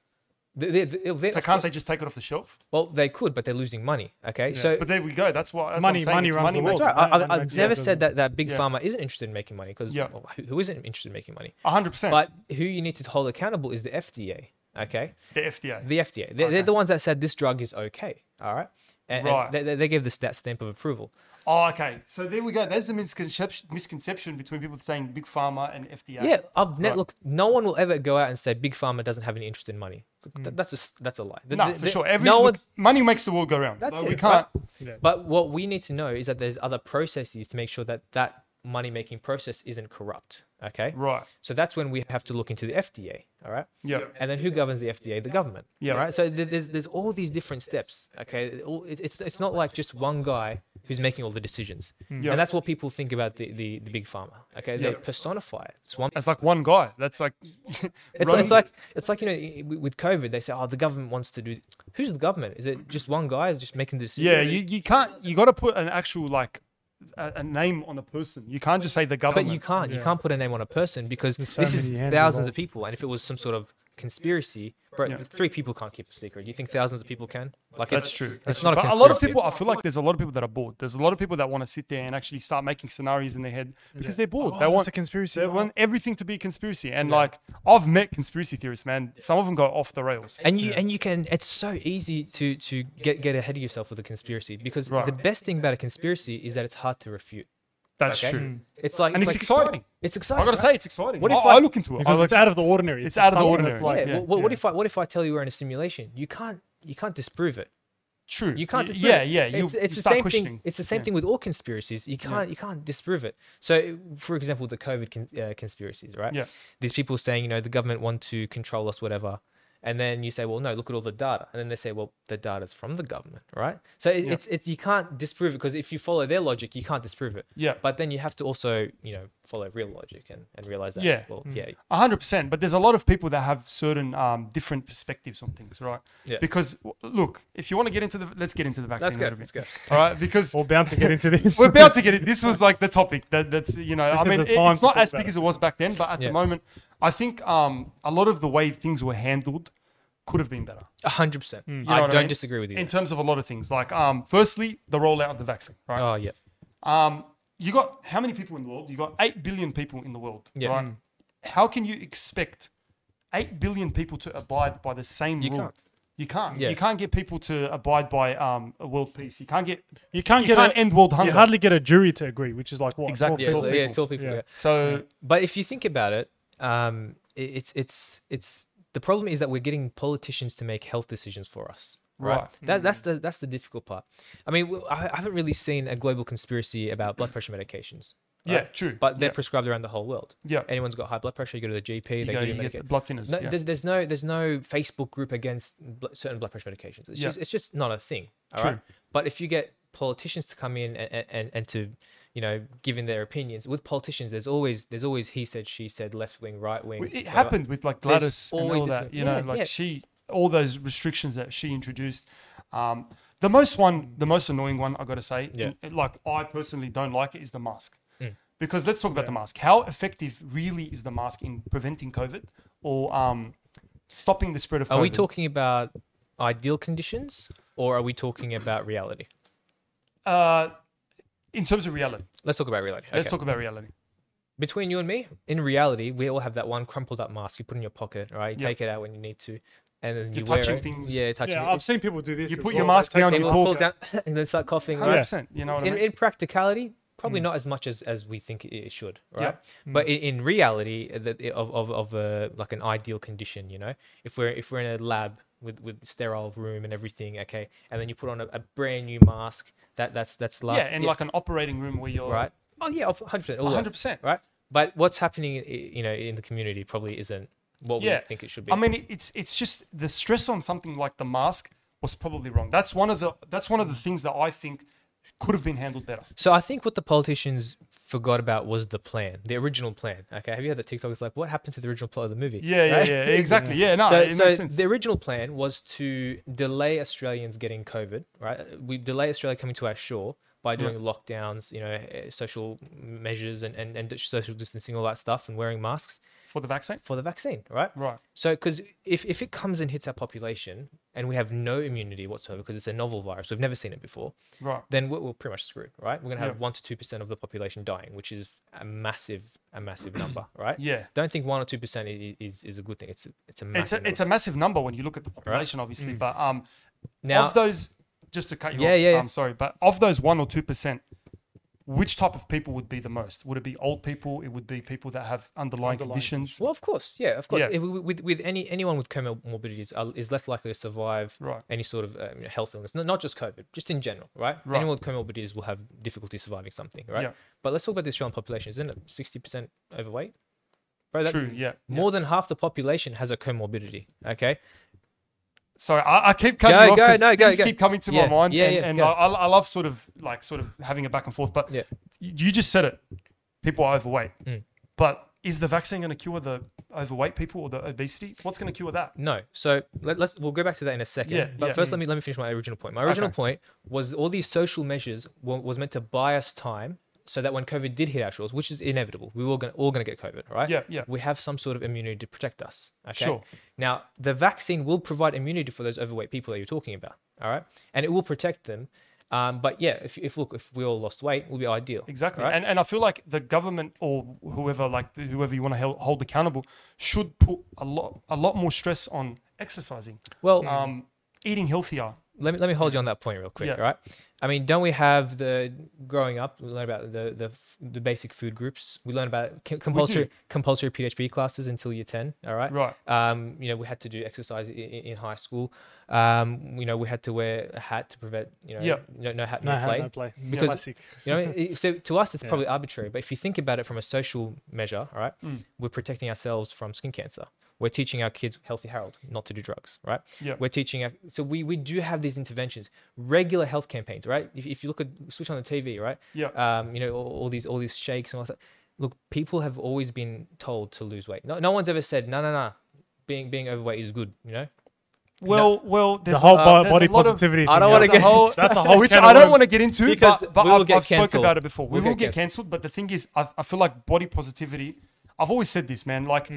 They- they- they-
So
they- of
can't
course-
they just take it off the shelf?
well, they could, but they're losing money. Okay, so
But there we go. That's why that's what
Money-
I'm saying.
money
It's
runs the
money.
world.
That's right. I,
Right,
I, I've
right,
never
yeah.
said that, that big
Yeah.
pharma isn't interested in making money because
Yeah.
who isn't interested in making money?
100%.
But who you need to hold accountable is the FDA. Okay,
the FDA.
the FDA. They're, they're the ones that said this drug is okay. All right, and, and
Right.
they- they, they gave this that stamp of approval.
oh, okay. So there we go. There's the misconception, misconception between people saying Big Pharma and FDA.
Yeah, I've ne-
Right.
look. No one will ever go out and say big pharma doesn't have any interest in money. Look, th- That's just that's a lie. Th-
No,
th-
Hmm. for
th-
sure. Every,
no
look,
one's-
money makes the world go round.
That's
Like,
it.
We can't.
right? But what we need to know is that there's other processes to make sure that that money making process isn't corrupt. Okay.
Right.
So that's when we have to look into the FDA. All right.
Yeah.
And then who governs the FDA? The government.
Yeah.
Right. So th- there's there's all these different steps. Okay. All, it- it's it's not like just one guy who's making all the decisions.
Hmm. Yeah.
And that's what people think about the the, the big pharma. Okay. They
Yeah.
personify it. It's one.
It's like one guy. That's like.
It's,
running-
it's like it's like you know i- i- with COVID they say oh the government wants to do who's the government is it just one guy just making the uh, decision
Yeah, you, you can't. You got to put an actual like a, a name on a person. You can't just say the
But
government.
you can't. You
Yeah.
can't put a name on a person because
There's so
this is
many hands
thousands of
involved.
people. And if it was some sort of conspiracy, bro,
Yeah.
the three people can't keep a secret. You think thousands of people can? Like
That's
it's,
true.
It's
That's
not
true.
a
But
conspiracy.
a lot of people. I feel like there's a lot of people that are bored. There's a lot of people that want to sit there and actually start making scenarios in their head because they're bored.
Oh,
they
that's
want
a conspiracy.
They
Oh.
want everything to be a conspiracy. And like I've met conspiracy theorists, man. Some of them go off the rails.
And you and you can. It's so easy to to get get ahead of yourself with a conspiracy because
Right.
the best thing about a conspiracy is that it's hard to refute.
That's
okay?
true.
It's like
And
it's,
it's
like-
exciting.
It's
I
exciting.
gotta
right?
say, it's exciting.
What
I,
if I
I
s-
look into it. I
Because
look-
it's out of the ordinary.
It's out of the
something
ordinary.
that's like-
Yeah,
Yeah. What, what
yeah.
if I what if I tell you we're in a simulation? You can't you can't disprove it.
true.
You can't
Y-
disprove
Yeah,
it.
yeah. You,
it's, it's
you
the
start
same
questioning.
thing. It's the same thing with all conspiracies. You can't you can't disprove it. So, for example, the COVID con- uh, conspiracies, right?
Yeah.
These people saying, you know, the government want to control us, whatever. And then you say, well, no, look at all the data. And then they say, well, the data's from the government, right? So it, it's it, you can't disprove it because if you follow their logic, you can't disprove it.
Yeah.
But then you have to also, you know, follow real logic and, and realize that.
Yeah. Mm.
Well, yeah.
A hundred percent. But there's a lot of people that have certain um, different perspectives on things, right?
Yeah.
Because w- look, if you want to get into the, let's get into the vaccine.
Let's
a
go.
little
Let's
bit.
go.
All right, because
We're bound to get into this.
we're about to get it. This was like the topic that that's you know.
This
I
is
mean,
the
it-
time
it's
to
not
talk
as
about
big
it.
as it was back then, but at
Yeah.
the moment, I think um, a lot of the way things were handled could have been better.
A hundred percent.
You know
I
what
don't
mean?
disagree with you.
in terms of a lot of things. Like, um, firstly, the rollout of the vaccine, right?
oh yeah.
Um, you got how many people in the world? You got eight billion people in the world,
Yeah.
right?
Mm.
How can you expect eight billion people to abide by the same
You
rule?
can't.
You can't.
Yeah.
You can't get people to abide by um, a world peace. You can't get.
You can't
You
get
can't
a,
end world hunger.
You hardly get a jury to agree, which is like what
Exactly.
Yeah.
12
12
Yeah.
people?
yeah,
people.
Twelve people.
Yeah.
yeah.
so
But if you think about it, um, i- it's it's it's the problem is that we're getting politicians to make health decisions for us. Right. Mm.
Right.
That, that's the that's the difficult part. I mean, w- I I haven't really seen a global conspiracy about
Mm.
blood pressure medications.
yeah, true.
But they're
yeah.
prescribed around the whole world.
Yeah.
Anyone's got high blood pressure, you go to the GP,
you,
they
go,
give you
you get the
medication.
blood thinners.
No,
yeah.
there's, there's no there's no Facebook group against bl- certain blood pressure medications. It's
Yeah.
just it's just not a thing. All
True.
right. But if you get politicians to come in and, and, and to you know give in their opinions with politicians, there's always there's always he said she said left wing right wing.
Well, It
whatever.
happened with like
There's
Gladys and
always
all
this-
that, you
yeah,
know, like
yeah.
she, all those restrictions that she introduced. Um, the most one, the most annoying one, I got to say,
Yeah. Mm.
and, like I personally don't like it, is the mask. Because let's talk about the mask. How effective really is the mask in preventing COVID or um, stopping the spread of COVID?
Are we talking about ideal conditions or are we talking about reality?
Uh, in terms of reality,
Let's talk about reality.
let's
Okay.
talk about reality.
Between you and me, in reality, we all have that one crumpled up mask you put in your pocket, right? You
Yeah.
take it out when you need to, and then you
You're
wear
touching
it.
things.
Yeah, touching.
Yeah,
it.
I've seen people do this.
You
as
put your
well. They
mask
take
down,
the
you
People
mask
talk.
fall down and then start coughing.
100%.
Right?
You know what I
In,
mean?
in practicality, probably
Hmm.
not as much as, as we think it- it should, right? But i in reality, uh, that i- of of of a like an ideal condition, you know, if we're if we're in a lab with with sterile room and everything, okay, and then you put on a, a brand new mask that that's that's last
yeah, in like an operating room where you're
right. Oh yeah, of 100%. all that,
100%.
right? But what's happening, i- you know, in the community probably isn't what
Yeah,
we think it should be.
I mean, it- it's it's just the stress on something like the mask was probably wrong. That's one of the that's one of the things that I think could have been handled better.
So I think what the politicians forgot about was the plan, the original plan. Okay, have you heard that TikTok? It's like, what happened to the original plot of the movie?
Yeah, yeah,
Right?
yeah, exactly. Yeah, no,
So,
it
so
makes sense.
the original plan was to delay Australians getting COVID, right? We delay Australia coming to our shore by doing lockdowns, you know, eh, social measures and, and, and social distancing, all that stuff, and wearing masks
For the vaccine,
for the vaccine, right?
Right.
So, because if, if it comes and hits our population and we have no immunity whatsoever because it's a novel virus, we've never seen it before,
right?
then we're, we're pretty much screwed, right? We're gonna have
Yeah.
one to two percent of the population dying, which is a massive, a massive number, right?
Yeah.
Don't think one or two percent is is a good thing. It's a- it's a
It's
massive.
a, it's a massive number when you look at the population, obviously. But um,
Mm. now,
of those, just to cut you
Yeah,
off,
yeah, yeah.
I'm sorry, but of those one or two percent, which type of people would be the most? Would it be old people? It would be people that have underlying, conditions,
well, of course, yeah, of course.
Yeah.
If- with with any anyone with comorbidities are, is less likely to survive
Right.
any sort of um, health illness, not, not just COVID, just in general, right?
Right.
Anyone with comorbidities will have difficulty surviving something, right?
Yeah.
But let's talk about the Australian population. Isn't it sixty percent overweight? Bro, that,
True, yeah, yeah.
More than half the population has a comorbidity. Okay.
Sorry, I, I keep cutting
Go,
you off
go,
'cause
no, go,
things
go.
keep coming to
Yeah,
my mind,
yeah,
and,
yeah,
and
go.
I, I I love sort of like sort of having it back and forth. But
Yeah. Mm.
y- you just said it, people are overweight, but is the vaccine going to cure the overweight people or the obesity? What's going to cure that?
No. So let, us we'll go back to that in a second.
Yeah,
but
yeah.
first, let me let me finish my original point. My original point was all these social measures wa- was meant to buy us time so that when COVID did hit our shores, which is inevitable, we were gonna, all going to get COVID, right?
Yeah, yeah.
We have some sort of immunity to protect us. Okay.
Sure.
Now the vaccine will provide immunity for those overweight people that you're talking about. All right, and it will protect them. Um, but yeah, if, if look, if we all lost weight, it would be ideal.
Exactly,
right?
and and I feel like the government or whoever, like the, whoever you want to hel- hold accountable, should put a lot a lot more stress on exercising,
well,
um, eating healthier.
let me let me hold you on that point real quick,
Yeah.
right? I mean, don't we have the growing up? We learn about the the, f- the basic food groups. We learn about c- compulsory compulsory PHP classes until year ten. All right,
Right.
Um, you know, we had to do exercise in, in high school. Um, you know, we had to wear a hat to prevent you know
Yeah.
no, no hat
No,
no,
I
play.
have no play.
Because-
Classic.
You know, it- so to us, it's probably arbitrary. But if you think about it from a social measure, all right,
Mm.
we're protecting ourselves from skin cancer. We're teaching our kids, healthy Harold, not to do drugs, right?
Yeah.
We're teaching, our, so we, we do have these interventions, regular health campaigns, right? If, if you look at switch on the TV, right?
Yeah.
Um, you know, all, all these all these shakes and all that. Look, people have always been told to lose weight. No, no one's ever said, no, no, no, being being overweight is good. You know,
Well, well,
The
there's
whole
uh,
bo-
there's a
body
lot of-
positivity.
I
thing,
don't
yeah.
wanna
That's
get-
a whole- That's a whole.
which
can
I
of
don't
worms.
want to get into,
Because
but, but
we will
I've,
get
I've spoken
cancelled.
about it before. We
We'll
will
get
get cancelled, but the thing is, i I feel like body positivity. I've always said this, man. Like,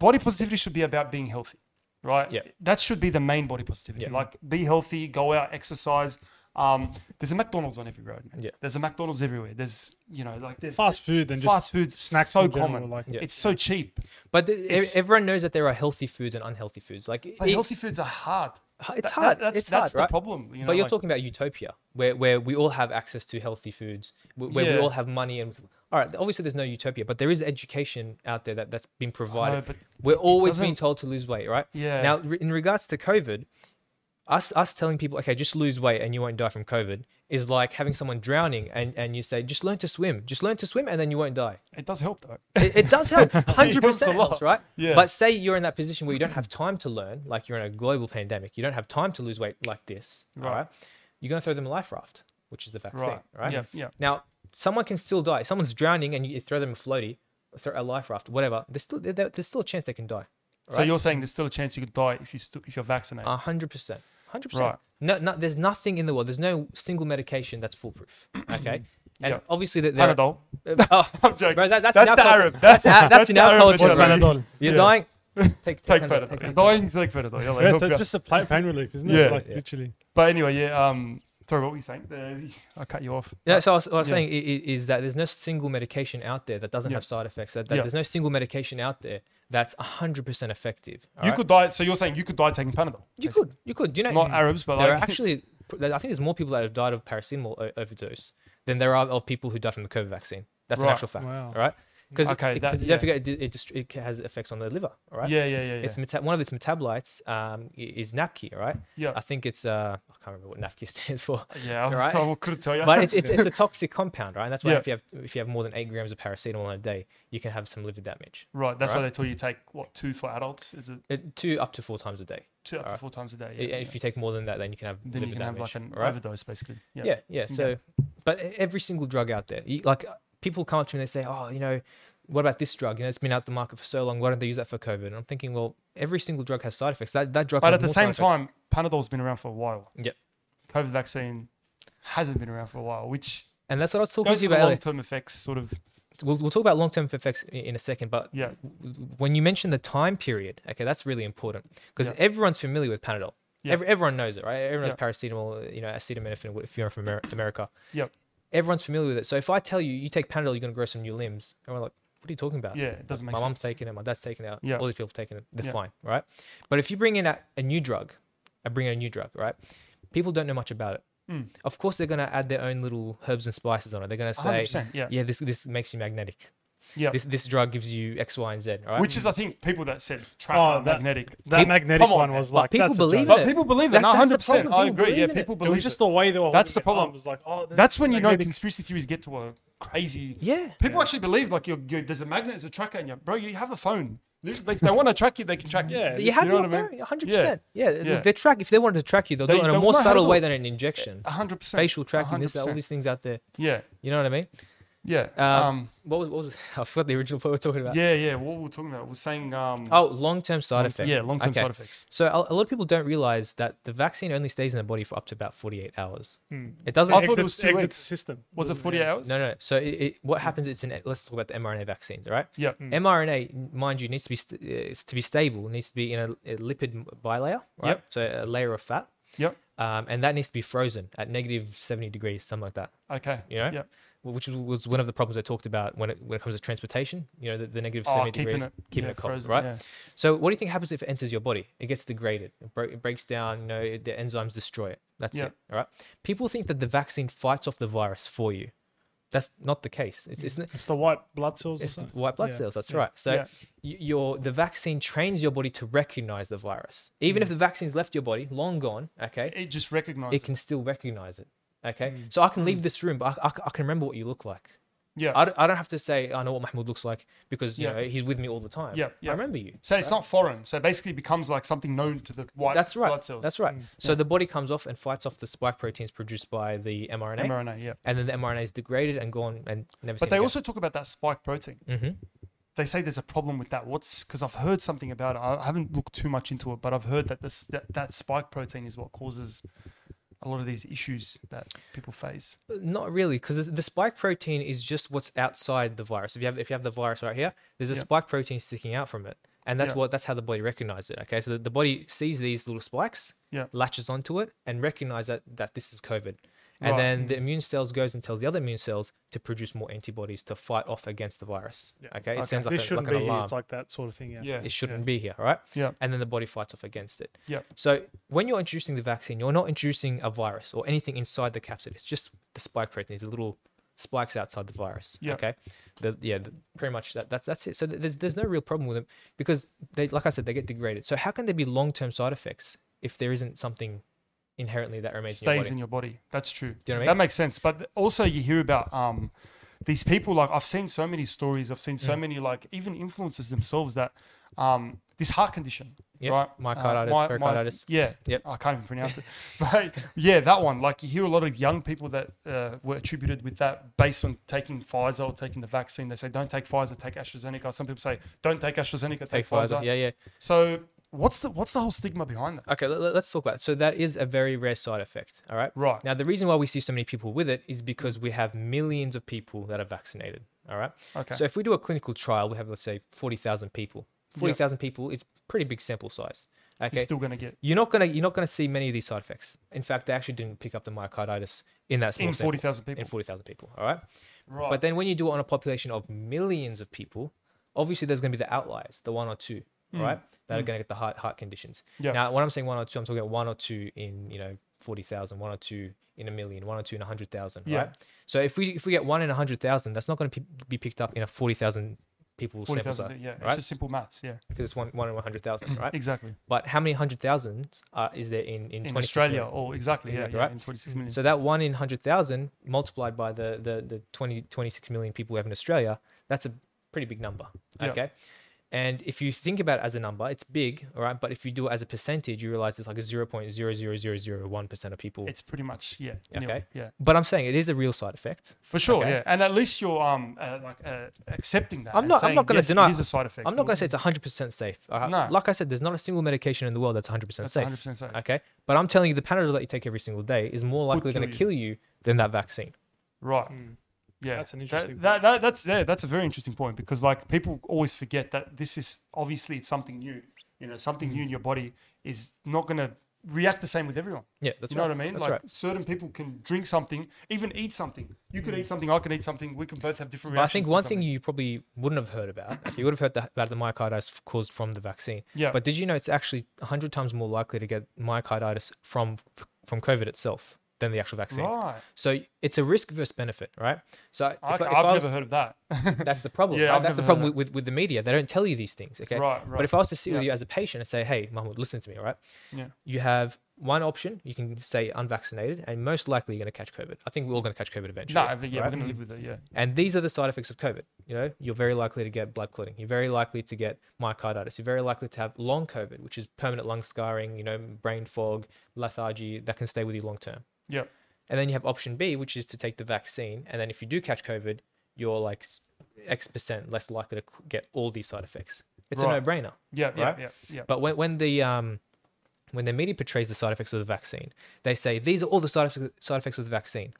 body positivity should be about being healthy, right?
Hmm. Yeah.
That should be the main body positivity.
Yeah.
Like, be healthy, go out, exercise. Um, there's a McDonald's on every road. Man.
Yeah.
There's a McDonald's everywhere. There's, you know, like there's
Fast food and just
fast food's
snacks
so
in general,
common.
like- Yeah.
It's so cheap.
but th- e-
It's-
everyone knows that there are healthy foods and unhealthy foods. Like
But
eat-
healthy foods are hard.
it's
That-
hard.
that- that's
it's
that's
hard, right?
the problem. You know,
but you're
like-
talking about utopia, where where we all have access to healthy foods, wh- where
Yeah.
we all have money and. All right, obviously there's no utopia, but there is education out there that, that's been provided.
but
We're always being
doesn't-
told to lose weight, right?
Yeah.
Now, re- in regards to COVID, us us telling people, okay, just lose weight and you won't die from COVID, is like having someone drowning and, and you say, just learn to swim, just learn to swim, and then you won't die.
it does help though.
It, it does help, hundred
helps a
percent
lot.
helps, right?
Yeah.
But say you're in that position where you don't have time to learn, like you're in a global pandemic, you don't have time to lose weight like this. All
Right.
right, you're gonna throw them a life raft, which is the vaccine,
Right.
right?
Yeah, yeah.
Now someone can still die. If someone's drowning and you throw them a floaty, throw a life raft, whatever. There's still there- there's still a chance they can die.
So you're saying there's still a chance you could die if you stu- if you're vaccinated.
A hundred percent. Hundred
Right.
percent. No, no, there's nothing in the world. There's no single medication that's foolproof. Okay. And
Yeah.
obviously, that there.
Panadol.
Uh, oh,
I'm joking.
bro, that- that's
That's
in our
the
culture.
Arab.
That's,
That's-
our- that's,
that's
in
the
our
Arab
culture.
word,
bro.
Panadol.
You're
Yeah.
dying. Take,
Take
Panadol,
Panadol.
take
You're dying, take Panadol. You're like,
Yeah, it's
"Help
a-
you out."
just a pla- pain relief, isn't
Yeah.
it? Like
Yeah.
literally.
but anyway, yeah. Um, sorry, what were you saying? Uh, I cut you off.
Yeah, so I was, what I was saying i- i- is that there's no single medication out there that doesn't have side effects. That, that
Yeah.
there's no single medication out there that's 100% effective.
you
alright?
could die. So you're saying you could die taking Panadol.
you could, you could. Do you know?
Not Arabs, but
there
like
are actually, I think there's more people that have died of paracetamol o- overdose than there are of people who die from the COVID vaccine. That's an
Right.
actual fact,
Wow.
all right? Because
Okay, that-
you
yeah.
don't forget it, di- it, dist- it has effects on the liver, all right?
Yeah, yeah, yeah. yeah.
It's meta- one of its metabolites um, i- is NAPKI, all right?
Yeah.
I think it's uh, I can't remember what NAPKI stands for.
yeah, I-
right?
I couldn't tell you.
But it's, it's, it's a toxic compound, right? And that's why
Yeah.
if you have if you have more than eight grams of paracetamol in a day, you can have some liver damage.
right. That's why
Right.
they tell you take what two for adults. Is it
It, two up to four times a day.
two up to
Alright.
four times a day?
I-
Yeah.
If you take more than that, then you can have
then you
liver
can have
damage.
like an
all right?
overdose, basically. Yeah.
yeah yeah so but e- every single drug out there you- like uh, people come up to me and they say oh you know what about this drug you know it's been out the market for so long why don't they use that for covid and i'm thinking well every single drug has side effects that that drug
But
has
at the
more
same
side effects.
time, Panadol's been around for a while.
Yep.
COVID vaccine hasn't been around for a while, which
and that's what i was talking
goes to
to you
the
about earlier.
long-term effects, sort of.
we'll, we'll talk about long-term effects i- in a second but
Yeah.
w- w- when you mention the time period okay that's really important because
Yeah.
everyone's familiar with panadol
Yeah.
Every, everyone knows it right everyone knows
Yeah.
paracetamol you know acetaminophen if you're from Ameri- america
Yep.
everyone's familiar with it so if i tell you you take panadol you're going to grow some new limbs everyone's like what are you talking about
Yeah, it doesn't make
my
sense.
mom's taking it, my dad's taking it,
Yeah.
all these people have taken it, they're
Yeah.
fine, right? But if you bring in a, a new drug, I bring in a new drug, right? People don't know much about it.
Mm.
Of course, they're going to add their own little herbs and spices on it. They're going to say,
100%, yeah.
yeah, this this makes you magnetic.
Yeah.
This this drug gives you X, Y, and Z, all right?
Which is, I think, people that said
Oh,
trapped
that-
magnetic.
That
People-
magnetic
come on,
one
man.
was
But
like
people
that's
believe
a
it.
joke.
But people believe it.
That's-
No,
that's the
100%.
problem.
I
People
agree. Yeah,
believe it.
people
It
believe
was just the way they were.
That's the
holding it up.
problem.
It was like, oh,
That's when you know
magnetic.
conspiracy theories get to a crazy.
Yeah.
People actually believe like you're, you're, there's a magnet, there's a tracker, and you bro, you have a phone. They, they, they want to track you, they can track you.
Yeah.
you have
know
your
what I mean?
phone, 100%. Yeah, th-
Yeah.
they track. If they wanted to track you, they'll
They-
do it in
they'll
a more
know how to
subtle
do
way
it.
than an injection.
100%.
Facial tracking, this, that, all
100%.
these things out there.
Yeah,
You know what I mean?
yeah.
Um,
Um,
what was, what was I forgot the original point we are talking about.
yeah, yeah. What we we're talking about, we we're saying. Um,
Oh, long-term side effects.
yeah, long-term
Okay.
side effects.
So a, a lot of people don't realize that the vaccine only stays in the body for up to about 48 hours. It
I
doesn't.
thought it was
Exits-
too late.
exits the system.
Was it 48 hours?
No, no. no. So it, it, what happens? It's an. Let's talk about the mRNA vaccines, all right?
Yeah. Mm.
mRNA, mind you, needs to be st- uh, to be stable. Needs to be in a, a lipid m- bilayer, right?
Yep.
So a layer of fat,
Yep.
um, and that needs to be frozen at negative 70 degrees, something like that.
Okay.
You know?
Yep.
Wh- Which was one of the problems I talked about when it when it comes to transportation. You know, the, the negative
Oh,
70
keeping
degrees,
it-
keeping
yeah,
it cold,
frozen,
right?
yeah.
So what do you think happens if it enters your body? It gets degraded. It, bro- it breaks down. You know, it- the enzymes destroy it. That's
Yeah.
it. All right. People think that the vaccine fights off the virus for you. That's not the case. It's
Mm.
it's,
It's the white blood cells. or
it's the
something.
white blood
Yeah.
cells. That's right. So
Yeah.
y- your the vaccine trains your body to recognize the virus, even if the vaccine's left your body, long gone. Okay,
Mm. It just
it
recognizes.
can still recognize it. Okay, so I can leave this room, but I, I, I can remember what you look like.
yeah.
I don't, I don't have to say I know what Mahmoud looks like because you
Yeah.
know he's with me all the time.
Yeah, yeah.
I remember you.
so it's not foreign. So basically, it becomes like something known to the white
That's right.
blood cells. Mm.
That's right. So the body comes off and fights off the spike proteins produced by the mRNA,
mRNA. Yeah.
and then the mRNA is degraded and gone and never. seen
But they
again.
also talk about that spike protein.
Mhm.
They say there's a problem with that. What's because I've heard something about it. I haven't looked too much into it, but I've heard that this that, that spike protein is what causes a lot of these issues that people face.
not really because the spike protein is just what's outside the virus. If you have if you have the virus right here, there's a spike protein sticking out from it, and that's
Yeah.
what that's how the body recognizes it. Okay, so the, the body sees these little spikes,
Yeah.
latches onto it, and recognize that that this is COVID. And
Right.
then the immune cells goes and tells the other immune cells to produce more antibodies to fight off against the virus. Okay, it
Okay.
sounds like,
This
a,
shouldn't
like an
be here.
alarm.
It's like that sort of thing. Yeah.
Yeah.
it shouldn't be here, right?
Yeah.
And then the body fights off against it.
Yeah.
So when you're introducing the vaccine, you're not introducing a virus or anything inside the capsid. It's just the spike proteins, the little spikes outside the virus.
Yeah.
Okay. The, yeah. The, pretty much that. That's that's it. So th- there's there's no real problem with them because they, like I said, they get degraded. So how can there be long term side effects if there isn't something inherently that remains in your
stays
body?
in your body. That's true.
Do you know what I
That
mean?
makes sense. But also, you hear about um, these people. Like I've seen so many stories. I've seen so
Mm.
many like even influencers themselves that um, this heart condition,
Yep.
right? Uh,
Myocarditis, pericarditis.
yeah.
Yep.
I can't even pronounce it. but yeah, that one. Like you hear a lot of young people that uh, were attributed with that based on taking Pfizer or taking the vaccine. They say don't take Pfizer, take AstraZeneca. Some people say don't take AstraZeneca, take,
Take
Pfizer.
Pfizer. Yeah. Yeah.
So what's the what's the whole stigma behind that?
Okay, let, us talk about it. So that is a very rare side effect. All right.
Right. Mm.
Now the reason why we see so many people with it is because we have millions of people that are vaccinated. All right.
Okay.
So if we do a clinical trial, we have let's say forty thousand people. Forty thousand people. It's pretty big sample size. Okay.
You're still gonna get
you're not gonna you're not gonna see many of these side effects. In fact, they actually didn't pick up the myocarditis in that small
in
sample,
forty thousand people.
in forty thousand people. All right.
right.
But then when you do it on a population of millions of people, obviously there's going to be the outliers, the one or two, right? That are going to get the heart heart conditions.
Mm. Yeah.
Now, when I'm saying one or two, I'm talking about one or two in you know 40,000, one or two in a million, one or two in a 100,000,
Yeah.
right? So if we if we get one in a 100,000, that's not going to be picked up in a 40,000 people sample
40,000.
size
Yeah, it's
right?
just simple maths. Yeah,
because it's one, one in 100,000, right?
exactly.
But how many 100,000 are is there in, in,
In
26
Australia,
million?
oh, exactly. Yeah,
Exactly,
yeah,
right?
in 26 million.
So that one in 100,000 multiplied by the, the, the 20, 26 million people we have in Australia, that's a pretty big number.
Yeah.
Okay. And if you think about it as a number, it's big, all right. But if you do it as a percentage, you realize it's like a 0.00001% of people.
it's pretty much yeah. nil,
Okay.
Yeah,
but I'm saying it is a real side effect.
for sure.
Okay.
Yeah, and at least you're um uh, like uh, accepting that.
I'm
and
not- I'm
saying,
not gonna
yes,
deny-
It is a side effect.
I'm not going to say it's 100% safe. all right?
No.
Like I said, there's not a single medication in the world that's 100%
That's
safe.
100% safe.
Okay. But I'm telling you, the Panadol that you take every single day is more likely
kill
going
you.
to kill you than that vaccine.
Right. Yeah,
Hmm. That's an
That-
interesting
That, that, that's yeah, that's a very interesting point because like people always forget that this is obviously it's something new. You know, something
Hmm.
new in your body is not going to react the same with everyone.
Yeah. That's
you know
right.
what I mean?
That's
like
right.
certain people can drink something, even eat something. You could eat something, I can eat something. We can both have different
Mm. But I
reactions.
think
to
one thing
something.
you probably wouldn't have heard about, okay, you would have heard the, about the myocarditis f- caused from the vaccine.
Yeah.
But did you know it's actually 100 times more likely to get myocarditis from f- from COVID itself than the actual vaccine?
right.
So it's a risk versus benefit, right? So if,
I,
like, if
I've
I was-
never heard of that.
that's the problem.
Yeah,
right?
I've
That's
never
the
heard
problem
that.
with, with, with the media. They don't tell you these things, okay?
Right,
But
right.
if I was to sit with
Yeah.
you as a patient and say, hey, Mahmoud, listen to me, all right?
Yeah.
You have one option. You can stay unvaccinated, and most likely you're going to catch COVID. I think we're all going to catch COVID eventually.
no, but yeah,
right?
we're going to live with it. Yeah.
And these are the side effects of COVID. You know, you're very likely to get blood clotting. You're very likely to get myocarditis. You're very likely to have long COVID, which is permanent lung scarring, you know, brain fog, lethargy that can stay with you long term.
Yeah.
And then you have option B, which is to take the vaccine. And then if you do catch COVID, you're like s- X percent less likely to c- get all these side effects. It's a
Right.
no-brainer.
Yeah. Yeah.
Right?
Yeah. Yeah.
But when, when the um, when the media portrays the side effects of the vaccine, they say these are all the side eff- side effects of the vaccine.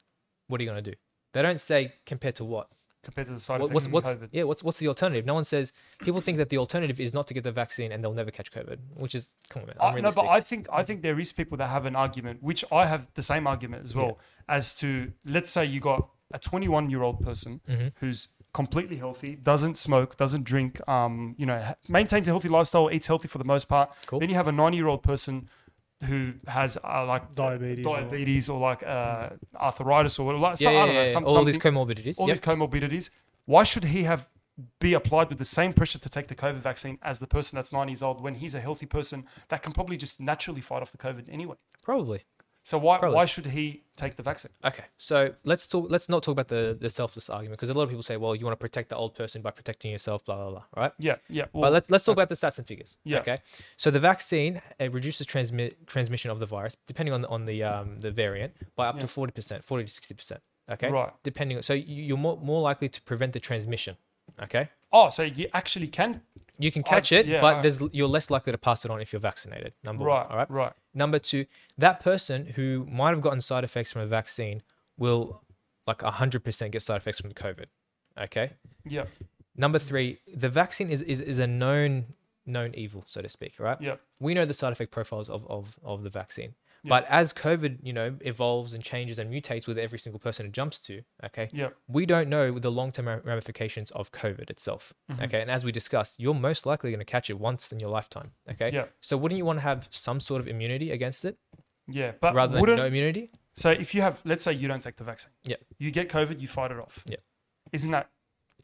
What are you going to do? They don't say compared to what.
Compared to the side
What-
effects
what's
of
what's
COVID.
yeah what's what's the alternative? No one says. People think that the alternative is not to get the vaccine and they'll never catch COVID, which is come on man.
I, Uh, no,
unrealistic.
but I think I think there is people that have an argument, which I have the same argument as well, as to let's say you got a 21 year old person
Mm-hmm.
who's completely healthy, doesn't smoke, doesn't drink, um, you know, ha- maintains a healthy lifestyle, eats healthy for the most part.
Cool.
Then you have a 90 year old person who has uh, like
Diabetes or-
diabetes or, like uh, arthritis or whatever, like,
yeah,
so-
yeah,
I don't
yeah,
know, some,
all
something,
these comorbidities.
all
yep.
these comorbidities. Why should he have be applied with the same pressure to take the COVID vaccine as the person that's nine years old when he's a healthy person that can probably just naturally fight off the COVID anyway?
Probably.
So why
Probably.
why should he take the vaccine?
Okay, so let's talk. Let's not talk about the the selfless argument because a lot of people say, well, you want to protect the old person by protecting yourself, blah blah blah, right?
Yeah, yeah. Well,
But let's let's talk about the stats and figures.
Yeah.
Okay. So the vaccine it reduces transmit transmission of the virus depending on the, on the um the variant by up to forty percent, forty to sixty percent. Okay.
Right.
Depending, so you, you're more more likely to prevent the transmission. Okay.
oh, so you actually can.
You can catch it,
yeah,
but
I-
there's you're less likely to pass it on if you're vaccinated. Number
Right,
one. All right.
right.
Number two, that person who might have gotten side effects from a vaccine will like 100% get side effects from the COVID. Okay.
Yeah,
Number three, the vaccine is, is, is a known known evil, so to speak, right?
Yeah.
We know the side effect profiles of, of, of the vaccine. But as COVID, you know, evolves and changes and mutates with every single person it jumps to, okay,
Yeah.
we don't know the long-term ra- ramifications of COVID itself,
Mm-hmm.
okay. And as we discussed, you're most likely going to catch it once in your lifetime, okay.
Yeah.
So wouldn't you want to have some sort of immunity against it
yeah. But
rather than
Uh, wouldn't
no immunity?
so if you have let's say you don't take the vaccine,
Yeah.
you get COVID, you fight it off.
Yeah.
isn't that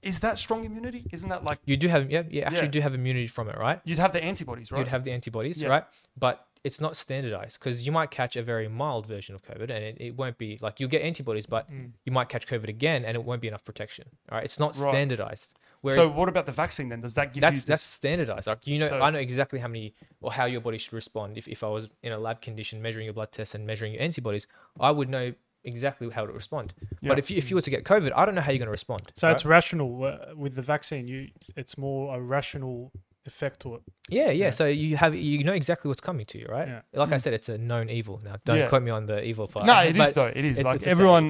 is that strong immunity? Isn't that like
You do have, yeah, you actually
Yeah.
do have immunity from it, right?
you'd have the antibodies, right?
you'd have the antibodies,
Yeah.
right? But it's not standardized because you might catch a very mild version of COVID and it, it won't be like you'll get antibodies, but you might catch COVID again and it won't be enough protection. All right. It's not
Mm. Right.
standardized. Whereas
so what about the vaccine then? Does that give
that's
you this?
that's standardized. Like you know,
So-
I know exactly how many or how your body should respond. If, if I was in a lab condition measuring your blood tests and measuring your antibodies, I would know exactly how to respond. But if you, if you were to get COVID, I don't know how you're going to respond.
So
right?
it's rational uh, with the vaccine. You, it's more a rational effect to it.
Yeah, yeah. So you have you know exactly what's coming to you, right?
Yeah.
Like I said, it's a known evil. Now, don't
Mm. Yeah.
quote me on the evil part.
No, it is
but
though. It is
it's-
like
it's a sad-
everyone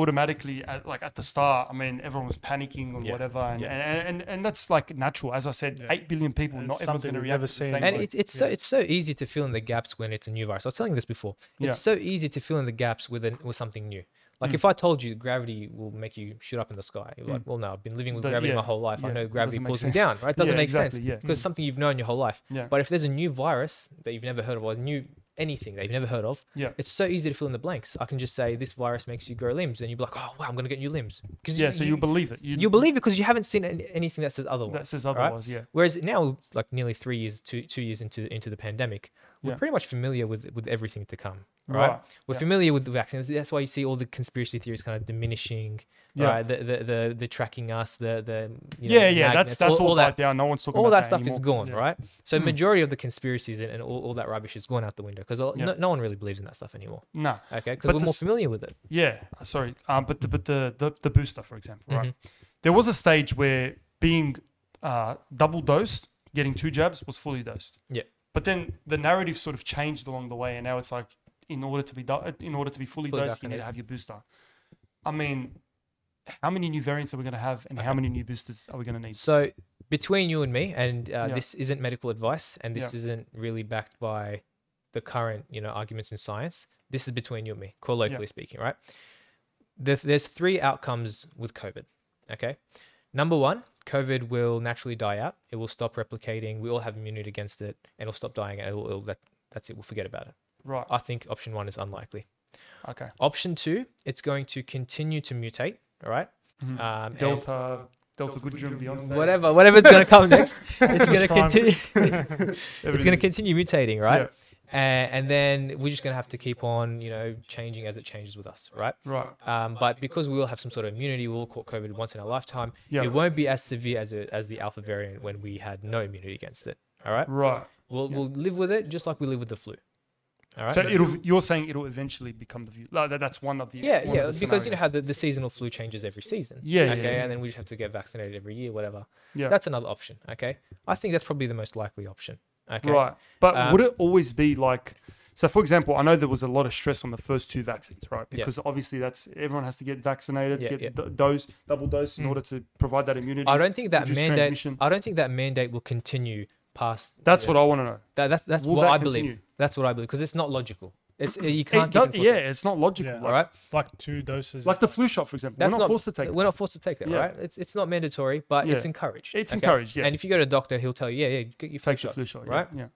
automatically, at, like at the start. I mean, everyone was panicking and
Yeah,
whatever, and,
yeah.
and, and and that's like natural. As I said, eight billion people.
It's
not everyone's
something
going to react.
we've never
at the
seen
same
and
way.
it's it's so it's so easy to fill in the gaps when it's a new virus. I was telling you this before. It's
Yeah. Mm.
so easy to fill in the gaps with an, with something new. Like if I told you gravity will make you shoot up in the sky, you're like, well, no, I've been living with
That-
gravity my
Mm. yeah,
whole life. I
yeah,
know
it
gravity
doesn't make
pulls me
sense.
down, right? It doesn't
Yeah,
make
exactly,
sense
yeah.
because it's something you've known your whole life.
Yeah.
But if there's a new virus that you've never heard of, or a new anything that you've never heard of,
Yeah.
it's so easy to fill in the blanks. I can just say this virus makes you grow limbs, and you'll be like, oh wow, I'm gonna get new limbs. Because
Yeah, so you believe it. You,
you believe it because you haven't seen an- anything that says otherwise.
that says
right?
otherwise, yeah.
Whereas now, it's like nearly three years, two two years into into the pandemic, we're
Yeah.
pretty much familiar with with everything to come. Right,
Right,
we're
yeah.
familiar with the vaccine. That's why you see all the conspiracy theories kind of diminishing.
Yeah.
Right, the the the, the tracking us, the the you know,
yeah, yeah, that's
magnets,
that's all,
that
died down. No one's talking
all
about
that stuff is
anymore. Hmm.
gone, right? So majority of the conspiracies and, and all, all that rubbish is gone out the window because
Yeah.
no, no one really believes in that stuff anymore.
Nah.
Okay, because
But
we're more
this-
familiar with it.
Yeah, uh, sorry. Um, but the but the, the the booster, for example, right?
Mm-hmm.
There was a stage where being uh, double dosed, getting two jabs, was fully dosed.
Yeah,
But then the narrative sort of changed along the way, and now it's like in order to be do- uh, in order to be fully,
Fully
dosed, you need
vaccinated.
to have your booster. I mean, how many new variants are we going to have, and how many new boosters are we going to need?
So between you and me, and uh,
Yeah.
this isn't medical advice, and this
Yeah.
isn't really backed by the current you know arguments in science. This is between you and me, colloquially speaking, right? There's, there's three outcomes with COVID. Okay, number one, COVID will naturally die out. It will stop replicating. We all have immunity against it, and it'll stop dying, and it'll, it'll that, that's it. We'll forget about it.
Right.
I think option one is unlikely.
Okay.
Option two, it's going to continue to mutate. All right? Um, and-
Mm-hmm. Delta. Delta Goodrum Beyonce.
whatever whatever's going to come next it's going to
fine.
continue it's going to
Everything.
continue mutating right A- and, then we're just going to have to keep on you know changing as it changes with us right
Right.
um, but because we will have some sort of immunity we'll caught covid once in our lifetime
Yeah.
it won't be as severe as it, as the alpha variant when we had no immunity against it all right
Right.
we'll, we'll live with it just like we live with the flu all right
So it'll. You're saying it'll eventually become the view. Like, that- that's one of the.
yeah,
one
yeah,
Of the
because you know how
scenarios.
the, the seasonal flu changes every season.
Yeah, yeah,
Okay,
yeah.
and then we just have to get vaccinated every year, whatever.
Yeah.
That's another option. Okay. I think that's probably the most likely option. Okay.
Right. But
Um,
would it always be like so for example, I know there was a lot of stress on the first two vaccines, right?
Yeah.
Because obviously that's everyone has to get vaccinated,
Yeah,
get
yeah. Mm.
d- dose, double dose in order to provide that immunity.
I don't think that
reduce
mandate
transmission.
I don't think that mandate will continue past
That's what I want to know.
that, that's that's
will
what
that
I believe.
continue?
That's what I believe because it's not logical. It's you
It
can't keep
does,
enforcing
yeah,
it,
it's not logical.
Yeah.
Like,
All right?
like two doses.
like the flu shot, for example.
That's
we're not, forced to take
We're not forced to take that,
Yeah.
right? It's it's not mandatory, but it's
Yeah.
encouraged.
It's encouraged, yeah.
And if you go to a doctor, he'll tell you, yeah, yeah, get your flu
take the
shot,
flu shot, yeah,
right?
Yeah.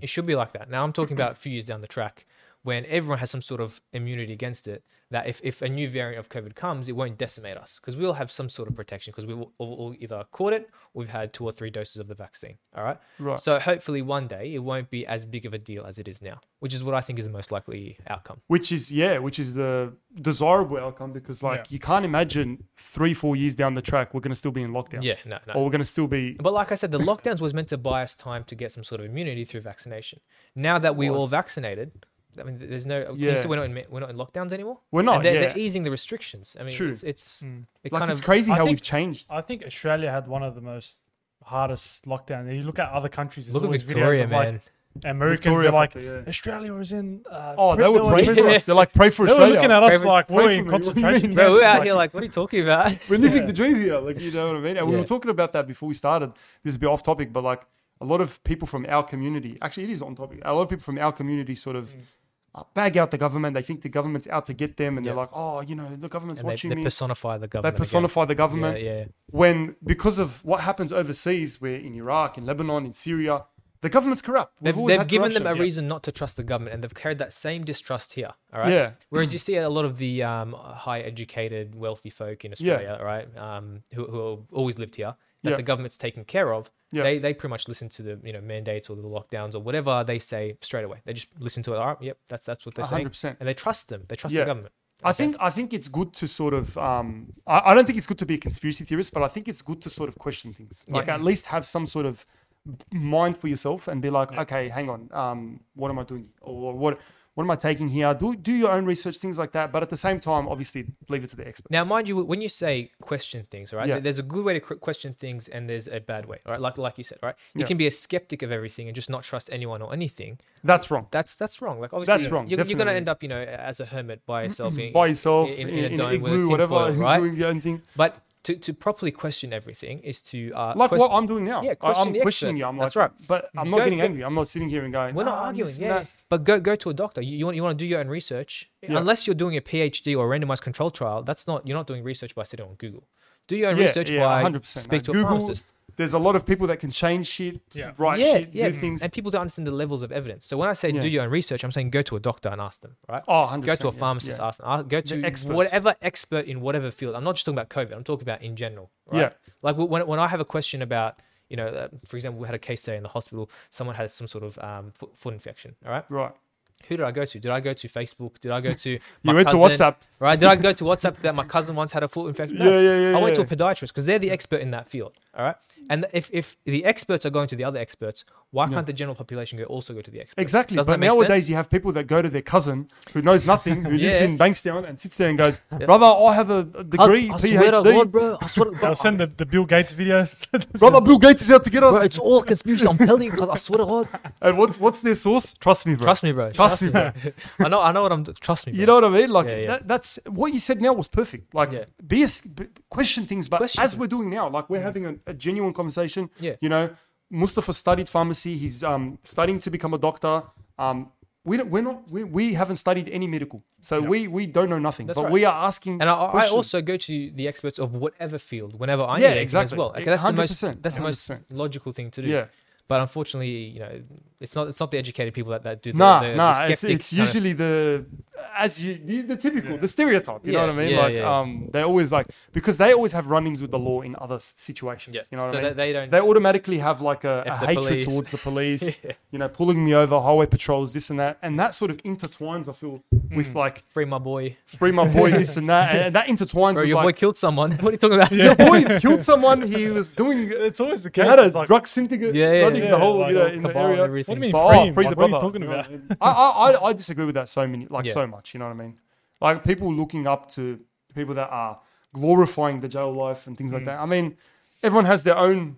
It should be like that. Now I'm talking
Mm-hmm.
about a few years down the track when everyone has some sort of immunity against it. That if, if a new variant of COVID comes, it won't decimate us because we'll have some sort of protection because we will all, all either caught it or we've had two or three doses of the vaccine. All right.
Right.
So hopefully one day it won't be as big of a deal as it is now, which is what I think is the most likely outcome.
Which is yeah, which is the desirable outcome because like
Yeah.
you can't imagine three, four years down the track we're gonna still be in lockdown.
Yeah. No. No.
Or we're gonna still be
But like I said, the lockdowns was meant to buy us time to get some sort of immunity through vaccination. Now that we're all
Was.
vaccinated, I mean, there's no. Can
Yeah.
you see we're not in, we're not in lockdowns anymore?
We're not,
And they're, they're
yeah.
easing the restrictions. I mean,
True. Hmm.
it's it's it
like
kind
it's
of
crazy
I
how
think-
we've changed.
I think Australia had one of the most hardest lockdown. You look at other countries. there's
Look at
always videos
Victoria,
of,
man.
Like, Americans
Victoria
are like
proper, yeah.
Australia was in. Uh,
Oh, they
prison-
were praying for
prison."
us. They're like, pray for
They were
Australia.
looking at us
Pray-
like
pray
we're
for
in
me, what do you mean?
concentration
Bro,
camps.
we're out
Like,
here like, what are you talking about?
We're living
Yeah.
the dream here. Like, you know what I mean? And we
Yeah.
were talking about that before we started. This is a bit off topic, but like a lot of people from our community, actually, it is on topic. A lot of people from our community sort of
Mm.
uh, bag out the government. They think the government's out to get them. And
Yeah.
they're like, oh, you know, the government's
and they,
watching
they
me.
personify the
they
government. again.
personify the government.
Yeah, yeah.
When, because of what happens overseas, where in Iraq, in Lebanon, in Syria, the government's corrupt. We've
They've,
always
they've
had
given them a
corruption. Yeah.
reason not to trust the government, and they've carried that same distrust here. All right.
Yeah. Mm.
Whereas you see a lot of the um, high educated, wealthy folk in
Yeah.
Australia, right, um, who, who have always lived here, that
Yeah.
the government's taken care of.
Yeah.
They, they pretty much listen to the you know mandates or the lockdowns or whatever they say straight away. They just listen to it. All right, yep, that's that's what they're saying,
100%.
and they trust them. They trust the
Yeah.
government.
I think I think it's good to sort of um, I, I don't think it's good to be a conspiracy theorist, but I think it's good to sort of question things. Like
Yeah.
at least have some sort of mind for yourself and be like, okay, hang on, um, what am I doing or what what am I taking here? Do do your own research, things like that. But at the same time, obviously, leave it to the experts.
Now, mind you, when you say question things, all right,
Yeah.
there- there's a good way to cr- question things and there's a bad way, all right? Like, like you said, right? You
Yeah.
can be a skeptic of everything and just not trust anyone or anything.
that's wrong.
That's that's wrong. Like, obviously,
That's wrong,
You're, you're going to
definitely.
end up, you know, as a hermit by yourself, in-
By yourself in,
in, in a
in,
dome
an
with a
igloo,
tin
whatever,
foil, right?
doing your own thing.
But to, to properly question everything is to uh,
Like
quest-
what I'm doing now.
Yeah,
I-
question
I'm
the
questioning
experts.
you. I'm
That's
like,
right.
But I'm not
Go-
getting
go-
angry. I'm not sitting here and going.
We're not
"Ah,
arguing,
this and
yeah.
that."
yeah. But go go to a doctor. You, you want you want to do your own research. Unless you're doing a PhD or a randomized control trial, that's not you're not doing research by sitting on Google. Do your own
Yeah,
research
yeah,
by
100%.
speak to
Google,
a pharmacist.
There's a lot of people that can change shit,
Yeah.
write
yeah,
shit,
yeah.
do things.
And people don't understand the levels of evidence. So when I say
Yeah.
do your own research, I'm saying go to a doctor and ask them, right?
Oh, 100%,
Go to a
yeah,
pharmacist,
yeah.
ask them. ask- Go to
experts.
whatever expert in whatever field. I'm not just talking about COVID. I'm talking about in general. Right?
Yeah.
Like wh- when, when I have a question about, you know, uh, for example, we had a case today in the hospital. Someone had some sort of um, foot, foot infection. All right.
Right.
Who did I go to? Did I go to Facebook? Did I go to? my
went to WhatsApp.
right? Did I go to WhatsApp that my cousin once had a foot infection?
Yeah, yeah, yeah,
I went to a
yeah.
podiatrist because they're the expert in that field. All right. And if, if the experts are going to the other experts, why can't the general population go also go to the experts?
Exactly.
Doesn't
but
that make
nowadays
sense?
you have people that go to their cousin who knows nothing, who lives
Yeah.
in Bankstown and sits there and goes, Brother, I have a, a degree,
I, I swear to
PhD.
God, bro. I swear to
They'll
God.
send the, the Bill Gates video.
Brother, Bill Gates is out to get
Bro,
us.
it's all conspiracy. I'm telling you, because I swear to God.
and what's what's their source? Trust me, bro.
Trust me, bro.
Trust me, bro.
I know. I know what I'm. Trust me. Bro.
You know what I mean? Like
Yeah, yeah.
That, that's what you said now was perfect. Like
Yeah.
be, a s- b- question things, but
Question
as
things.
we're doing now, like we're having a, a genuine conversation.
Yeah.
You know, Mustafa studied pharmacy. He's um studying to become a doctor. Um, we don't, we're not we, we haven't studied any medical, so we we don't know nothing. but
right.
we are asking.
And I, I I
questions.
also go to the experts of whatever field whenever I
Yeah,
need anything
exactly.
as well. Okay, that's the most.
100%,
That's the most
100%.
logical thing to do.
Yeah.
But unfortunately, you know, it's not. It's not the educated people that, that do. The,
Nah,
the,
nah.
The
it's
skeptic
it's
kind of-
usually the as you the, the typical, the stereotype. You know
Yeah,
what I mean?
yeah,
like
yeah.
um, they always like because they always have run-ins with the law in other s- situations.
Yeah.
You know what
So
I
they-
mean?
they don't-
They automatically have like a, a
the
hatred
police-
towards the police. You know, pulling me over, highway patrols, this and that, and that sort of intertwines. I feel with like
free my boy.
free my boy, this and that, and, and that intertwines
Bro,
with
your boy
like
killed someone. what are you talking about?
your boy killed someone. He was doing.
it's always the
He
case.
had a
It's like,
drug syndicate
Yeah, yeah,
running
yeah,
the whole,
like
you know,
a
in the
cabal and
area.
everything.
what do you mean
But,
free
oh,
him?
free the
Like, what are you
brother,
talking
you know
about?
what I, I, I- I disagree with that so many, like
Yeah.
so much. You know what I mean? Like people looking up to people that are glorifying the jail life and
Hmm.
things like that. I mean, everyone has their own.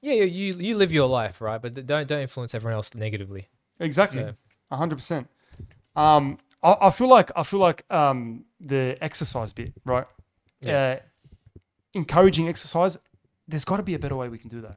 Yeah, yeah, you you live your life, right? But don't don't influence everyone else negatively.
Exactly, a hundred percent. Um, I, I feel like I feel like um the exercise bit, right? Uh, encouraging exercise. There's got to be a better way we can do that.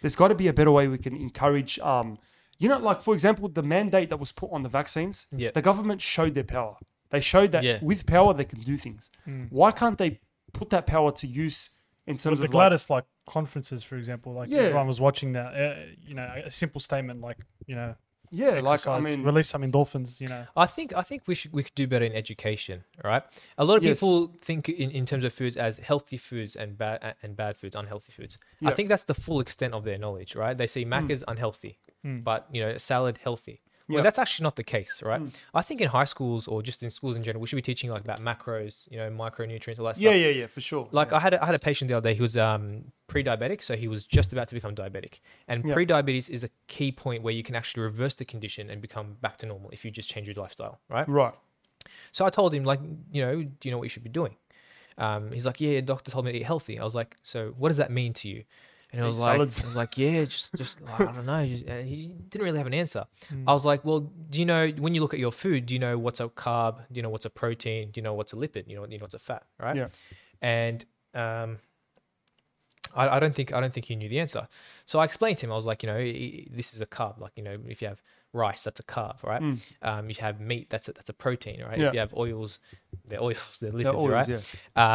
There's got to be a better way we can encourage. Um, you know, like for example, the mandate that was put on the vaccines.
Yeah.
The government showed their power. They showed that
Yeah.
with power they can do things. Why can't they put that power to use in terms
the
of like,
Gladys like conferences, for example, like
Yeah.
everyone was watching that. Uh, you know, a simple statement like you know,
yeah, like I
exercise,
mean,
release some endorphins. You know,
I think I think we should we could do better in education, right? A lot of
Yes.
people think in, in terms of foods as healthy foods and bad and bad foods, unhealthy foods. I
Yeah. Hmm.
think that's the full extent of their knowledge, right? They see mac is unhealthy, but you know salad healthy. Well,
Yeah. Hmm.
that's actually not the case, right? I think in high schools or just in schools in general, we should be teaching like about macros, you know, micronutrients, all that stuff.
yeah, yeah, yeah, for sure.
Like I had a, I had a patient the other day who was um, pre-diabetic, so he was just about to become diabetic. And
Yeah.
pre-diabetes is a key point where you can actually reverse the condition and become back to normal if you just change your lifestyle, right?
right,
So I told him like, you know, do you know what you should be doing? Um, he's like, yeah, your doctor told me to eat healthy. I was like, so what does that mean to you? And I was like, I
salads.
was like, yeah, just, just, like, I don't know. Just, and he didn't really have an answer.
Mm.
I was like, well, do you know when you look at your food, do you know what's a carb? Do you know what's a protein? Do you know what's a lipid? You know, you know what's a fat, right?
Yeah.
And um, I, I don't think I don't think he knew the answer. So I explained to him. I was like, you know, i- i- this is a carb. Like, you know, if you have rice, that's a carb, right? Um, you have meat, that's a, that's a protein, right?
Mm. Yeah.
If you have oils, they're oils, they're lipids,
They're oils,
right?
yeah.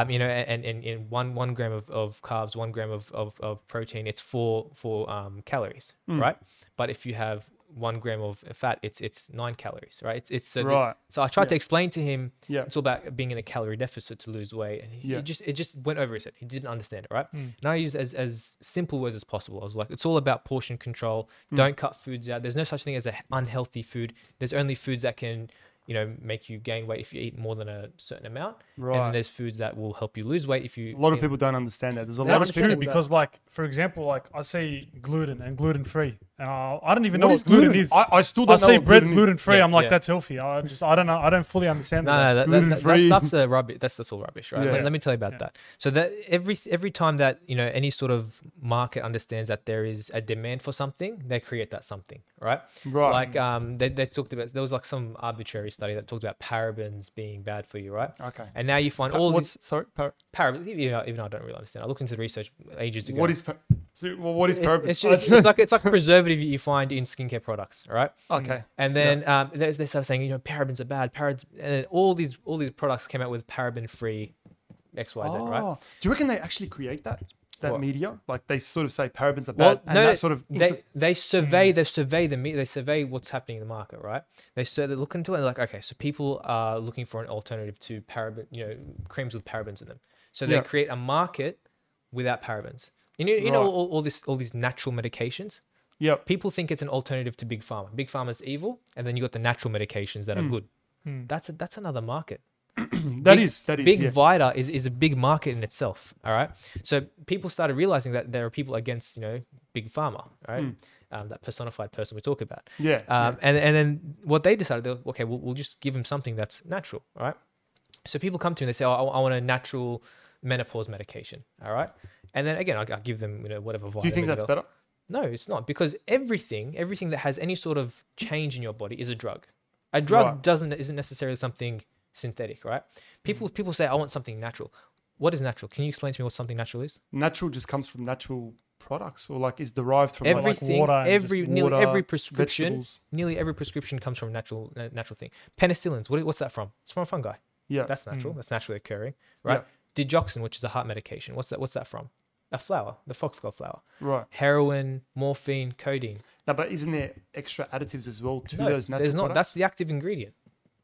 Um, you know, and and, in one one gram of, of carbs, one gram of, of, of protein, it's four four um, calories,
Mm.
right? But if you have one gram of fat, it's it's nine calories, right? It's it's so the-
Right.
so I tried to explain to him
Yeah.
it's all about being in a calorie deficit to lose weight, and he, he
Yeah. Hmm.
just it just went over his head. He didn't understand it, right? And I used as as simple words as possible. I was like, it's all about portion control.
Hmm.
Don't cut foods out. There's no such thing as an unhealthy food. There's only foods that can you know make you gain weight if you eat more than a certain amount, and
Right.
then there's foods that will help you lose weight if
a lot
you.
of
you know-
people don't understand that. There's a lot
that's
of
true
people
because like for example, like I see gluten and gluten free, and I, I don't even know
What
what
is
gluten,
gluten?
is.
I- I still
I
don't know
see
what
bread
gluten is.
gluten free.
Yeah,
I'm like
yeah.
that's healthy. I just I don't know. I don't fully understand.
No, no, that, that- that,
Gluten-free.
that, that's a rubbish. That's the sort of rubbish, right? Let,
Yeah.
let me tell you about that. So that every every time that you know any sort of market understands that there is a demand for something, they create that something, right?
Right.
Like um, they, they talked about there was like some arbitrary study that talked about parabens being bad for you, right?
Okay.
And now you find
Pa-
all
what's
these
sorry? Par-
parabens. Even, though- even though I don't really understand. I looked into the research ages ago.
what is par- so, well, what is
It's-
paraben?
it's, just- it's like it's like a preservative you find in skincare products, right?
okay.
And then um, they, they started saying, you know, parabens are bad. Parabens, and then all these all these products came out with paraben free X Y Z,
Oh,
right?
do you reckon they actually create that? that
What?
media? Like they sort of say parabens are bad,
Well,
and
no,
that sort of
they
inter- Hmm.
they survey they survey the me- they survey what's happening in the market, right? They sur- they look into it and they're like, okay, so people are looking for an alternative to paraben, you know, creams with parabens in them. So they
Yeah.
create a market without parabens. You know, you know
Right.
all, all this all these natural medications.
yep,
People think it's an alternative to big pharma. Big pharma's evil, and then you got the natural medications
Hmm.
that are good. That's a, that's another market.
that is that is
Big
yeah.
Vita is, is a big market in itself. All right. So people started realizing that there are people against, you know, Big Pharma, right? Um, that personified person we talk about.
Hmm. Yeah,
Um, And, and then what they decided, they're, okay, we'll, we'll just give them something that's natural. All right. So people come to me and they say, oh, I, I want a natural menopause medication. All right. And then again, I, I give them, you know, whatever
Do you think that's better?
no, it's not because everything, everything that has any sort of change in your body is a drug. A drug
Right.
doesn't isn't necessarily something synthetic, right?
Mm.
People people say I want something natural. What is natural? Can you explain to me what something natural is?
Natural just comes from natural products, or like is derived from like,
everything,
water and
every
just
nearly
water,
every prescription,
vegetables.
nearly every prescription comes from natural na- natural thing. Penicillins, what, what's that from? It's from a fungi.
yeah, Mm.
That's natural. That's naturally occurring, right? Digoxin, which is a heart medication, what's that? What's that from? A flower, the foxglove flower.
right.
Heroin, morphine, codeine.
Now, but isn't there extra additives as well to
No,
those natural
there's not.
products?
That's the active ingredient.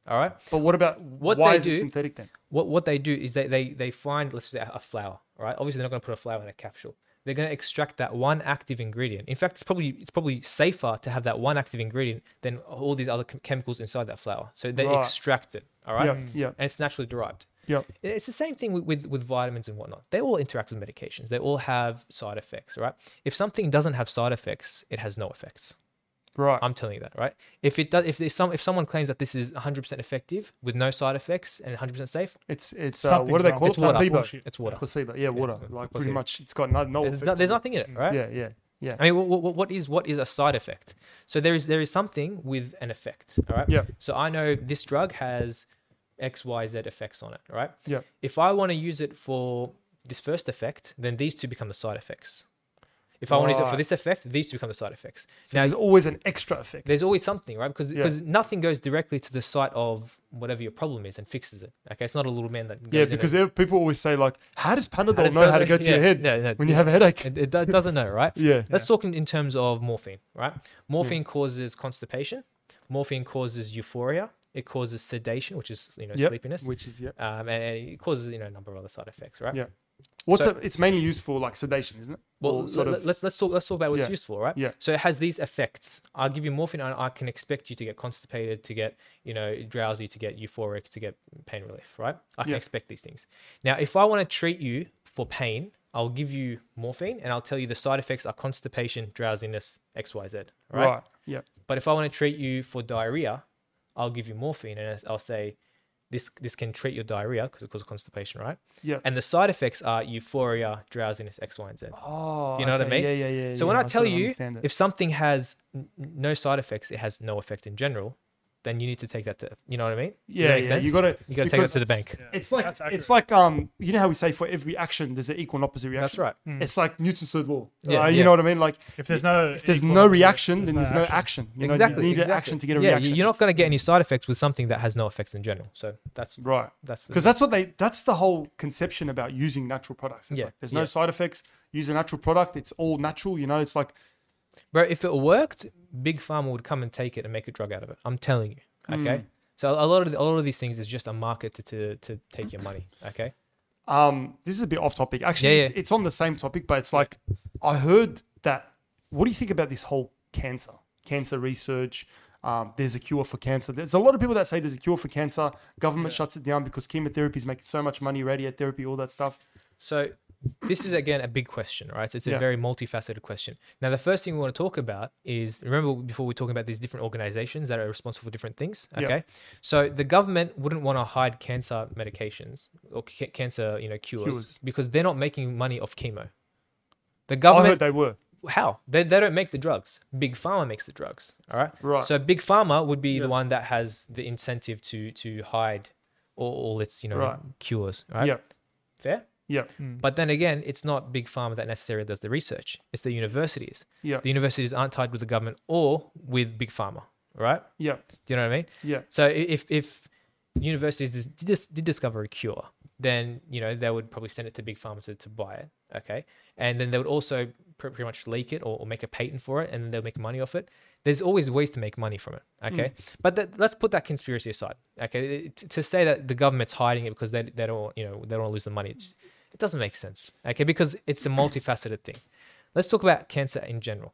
All right.
but what about
what
why
they
is
do-
it synthetic then?
What what they do is they they they find let's say a flower. All right. Obviously, they're not going to put a flower in a capsule. They're going to extract that one active ingredient. In fact, it's probably it's probably safer to have that one active ingredient than all these other chem- chemicals inside that flower. So they
Right.
extract it. All right.
Yep, yep.
And it's naturally derived.
Yep.
And It's the same thing with, with, with vitamins and whatnot. They all interact with medications. They all have side effects, right? If something doesn't have side effects, it has no effects.
Right.
I'm telling you that, right? If it does, if there's some, if someone claims that this is 100% effective with no side effects and 100% safe,
it's it's uh, what do
Something's
they
wrong.
call it?
It's water.
Placebo.
Bullshit.
it's water.
Placebo. Yeah, water. Like pretty
placebo.
much, it's got no. no
There's,
effect
no- there's
on
nothing in it, right?
it. Yeah, yeah, yeah.
I mean, what, what, what is what is a side effect? So there is there is something with an effect, all right?
Yeah.
So I know this drug has X, Y, Z effects on it, right?
Yeah.
If I want to use it for this first effect, then these two become the side effects. If I want to use it for
Right.
this effect, these two become the side effects.
So there's always an extra effect.
there's always something, right? Because
Yeah.
because nothing goes directly to the site of whatever your problem is and fixes it. Okay, it's not a little man that goes
Yeah,
in
because
and-
ev- people always say like, "How does Panadol
does
know how to
Panadol-
go to your
yeah,
head
no, no,
when you have a headache?"
it, it do- doesn't know, right?
Yeah. Hmm.
Let's talk in, in terms of morphine, right? Morphine causes constipation. Morphine causes euphoria. It causes sedation, which is you know
Yep,
sleepiness,
Which is yeah.
um, and, and it causes you know a number of other side effects, right?
Yeah. What's
So-
a, it's mainly used for like sedation, isn't it?
Well,
Or sort
le-
of.
let's let's talk let's talk about what's
Yeah.
useful, right?
Yeah.
So it has these effects. I'll give you morphine, and I can expect you to get constipated, to get you know drowsy, to get euphoric, to get pain relief, right? I can
Yeah.
expect these things. Now, if I want to treat you for pain, I'll give you morphine, and I'll tell you the side effects are constipation, drowsiness, X, Y, Z,
right.
right?
Yeah.
But if I want to treat you for diarrhea, I'll give you morphine, and I'll say this this can treat your diarrhea because it causes constipation, right?
Yeah.
And the side effects are euphoria, drowsiness, X, Y, and Z.
Oh,
Do you know what I
okay,
mean?
Yeah, yeah, yeah.
So
yeah,
when I
sort
tell
of
you
understand it.
if something has n- n- no side effects, it has no effect in general, then you need to take that to you know what I mean? Does that
yeah,
make
yeah,
sense?
you gotta-
you gotta take that
because
to the bank.
it's like
That's accurate.
it's like um, you know how we say for every action there's an equal and opposite reaction.
That's right. Hmm.
It's like Newton's third law.
Yeah,
Uh, you
yeah.
know what I mean? Like
If there's no
if there's
equal
no
opposite,
reaction, then
there's
there's
no
no
action.
action. You know,
Exactly.
You need
exactly.
an action to get a
yeah, you-
reaction.
You're not gonna get any side effects with something that has no effects in general. So that's
right.
that's the
because that's what they that's the whole conception about using natural products. It's
Yeah,
like there's no
yeah.
side effects. Use a natural product. It's all natural. You know, it's like
Bro, if it worked, Big Pharma would come and take it and make a drug out of it. I'm telling you. Okay.
Hmm.
So a lot of the, a lot of these things is just a market to, to, to take your money. Okay.
um, this is a bit off topic. Actually,
Yeah,
It's,
yeah.
it's on the same topic, but it's like I heard that. What do you think about this whole cancer cancer research? Um, there's a cure for cancer. There's a lot of people that say there's a cure for cancer. Government shuts it down because chemotherapy is making so much money, radiotherapy, all that stuff.
So this is again a big question, right? So it's a
Yeah.
very multifaceted question. Now the first thing we want to talk about is remember before we were talking about these different organizations that are responsible for different things.
Yeah.
Okay. So the government wouldn't want to hide cancer medications or ca- cancer, you know, cures,
Cures. Oh,
because they're not making money off chemo. The
I
government
heard they were.
how they, they don't make the drugs big pharma makes the drugs all right
Right.
so big pharma would be the one that has the incentive to to hide all, all its you know
Right.
cures right Hmm.
Yeah,
fair
yeah,
but then again it's not big pharma that necessarily does the research it's the universities
Yeah.
the universities aren't tied with the government or with big pharma right
yeah,
do you know what i mean
yeah.
so i- if if universities dis- dis- did discover a cure, then you know they would probably send it to big pharma to, to buy it okay and then they would also pr- pretty much leak it or, or make a patent for it and then they'll make money off it there's always ways to make money from it okay but that, let's put that conspiracy aside okay T- to say that the government's hiding it because they, they don't you know they don't want to lose the money it's, it doesn't make sense okay because it's a multifaceted thing let's talk about cancer in general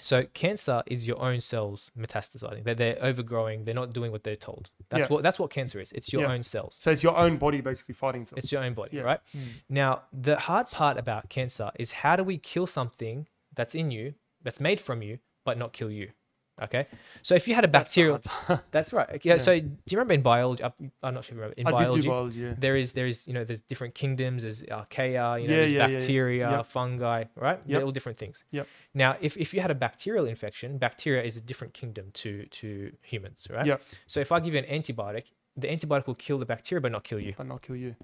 so cancer is your own cells metastasizing. They're, they're overgrowing. They're not doing what they're told. That's
Yeah.
what that's what cancer is. It's your
Yeah.
own cells.
So it's your own body basically fighting itself.
It's your own body,
Yeah. Hmm.
right? Now, the hard part about cancer is how do we kill something that's in you, that's made from you, but not kill you? Okay. So if you had a bacterial, that's, right. Okay, Yeah. So do you remember in biology? I- I'm not sure. If you remember, in
I
biology,
did do biology. Yeah.
there is there is you know there's different kingdoms. There's archaea, you know,
Yeah,
there's
yeah, yeah, yeah.
bacteria,
Yep.
fungi, right?
Yep.
They're all different things.
Yep.
Now, if, if you had a bacterial infection, bacteria is a different kingdom to to humans, right?
Yep.
So if I give you an antibiotic, the antibiotic will kill the bacteria but not kill you.
But not kill you.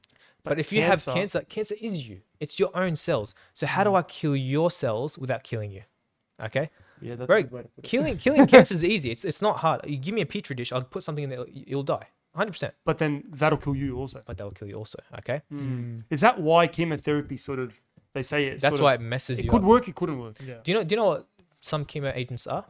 But, if you have cancer, cancer is you. It's your own cells. So how
Mm.
do I kill your cells without killing you? Okay,
Yeah, that's
Bro, killing killing cancer is easy. It's it's not hard. You give me a petri dish, I'll put something in there, you'll die, hundred percent.
But then that'll kill you also.
But that will kill you also. Okay,
Mm, Is that why chemotherapy sort of they say it?
that's
sort
why
of-
it messes
it,
you.
could
up.
work. It couldn't work.
Do you know? Do you know what some chemo agents are?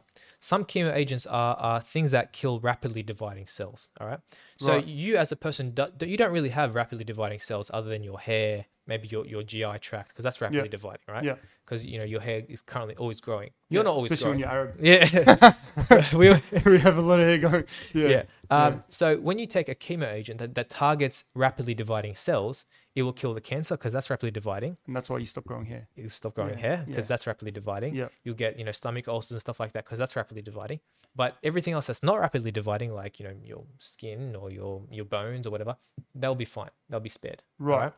Some chemo agents are, are things that kill rapidly dividing cells. All right. So
Right.
you, as a person, do, you don't really have rapidly dividing cells other than your hair, maybe your, your GI tract, because that's rapidly dividing, right?
Yeah.
Because you know your hair is currently always growing. You're not always
especially
growing.
when you're Arab.
yeah. we, were-
we have a lot of hair going. Yeah.
yeah. Um, So when you take a chemo agent that, that targets rapidly dividing cells, it will kill the cancer because that's rapidly dividing
And that's why you stop growing hair.
you stop growing
Yeah,
hair because
yeah.
that's rapidly dividing.
Yep.
You'll get, you know, stomach ulcers and stuff like that because that's rapidly dividing. But everything else that's not rapidly dividing, like, you know, your skin or your your bones or whatever, they'll be fine. They'll be spared.
Right.
alright?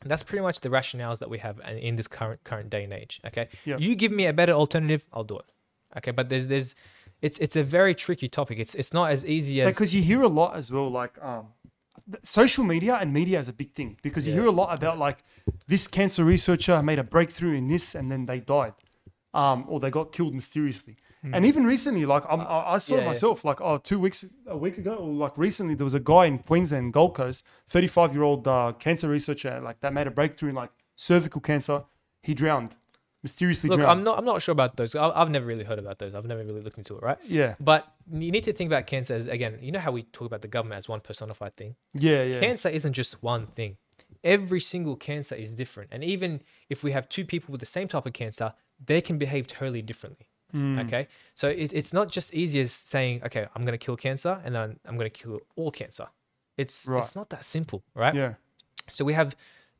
And That's pretty much the rationales that we have in- in this current current day and age. Okay.
Yep.
You give me a better alternative, I'll do it. Okay. But there's there's it's it's a very tricky topic. It's it's not as easy as
Because you hear a lot as well, like um, th- social media and media is a big thing because you hear a lot about like this cancer researcher made a breakthrough in this and then they died, um, or they got killed mysteriously. And even recently, like I'm, I, I saw
Hmm. yeah, yeah.
myself, like oh, two weeks, a week ago, or like recently, there was a guy in Queensland, Gold Coast, 35 year old uh, cancer researcher, like that made a breakthrough in like cervical cancer. He drowned, mysteriously
Look,
drowned.
I'm not. I'm not sure about those. I- I've never really heard about those. I've never really looked into it, right?
Yeah.
But you need to think about cancer as again. You know how we talk about the government as one personified thing.
yeah, yeah,
Cancer isn't just one thing. Every single cancer is different, and even if we have two people with the same type of cancer, they can behave totally differently.
Mm.
Okay, so it's it's not just easy as saying, okay, I'm gonna kill cancer, and then I'm gonna kill all cancer. It's
Right.
it's not that simple, right?
yeah.
So we have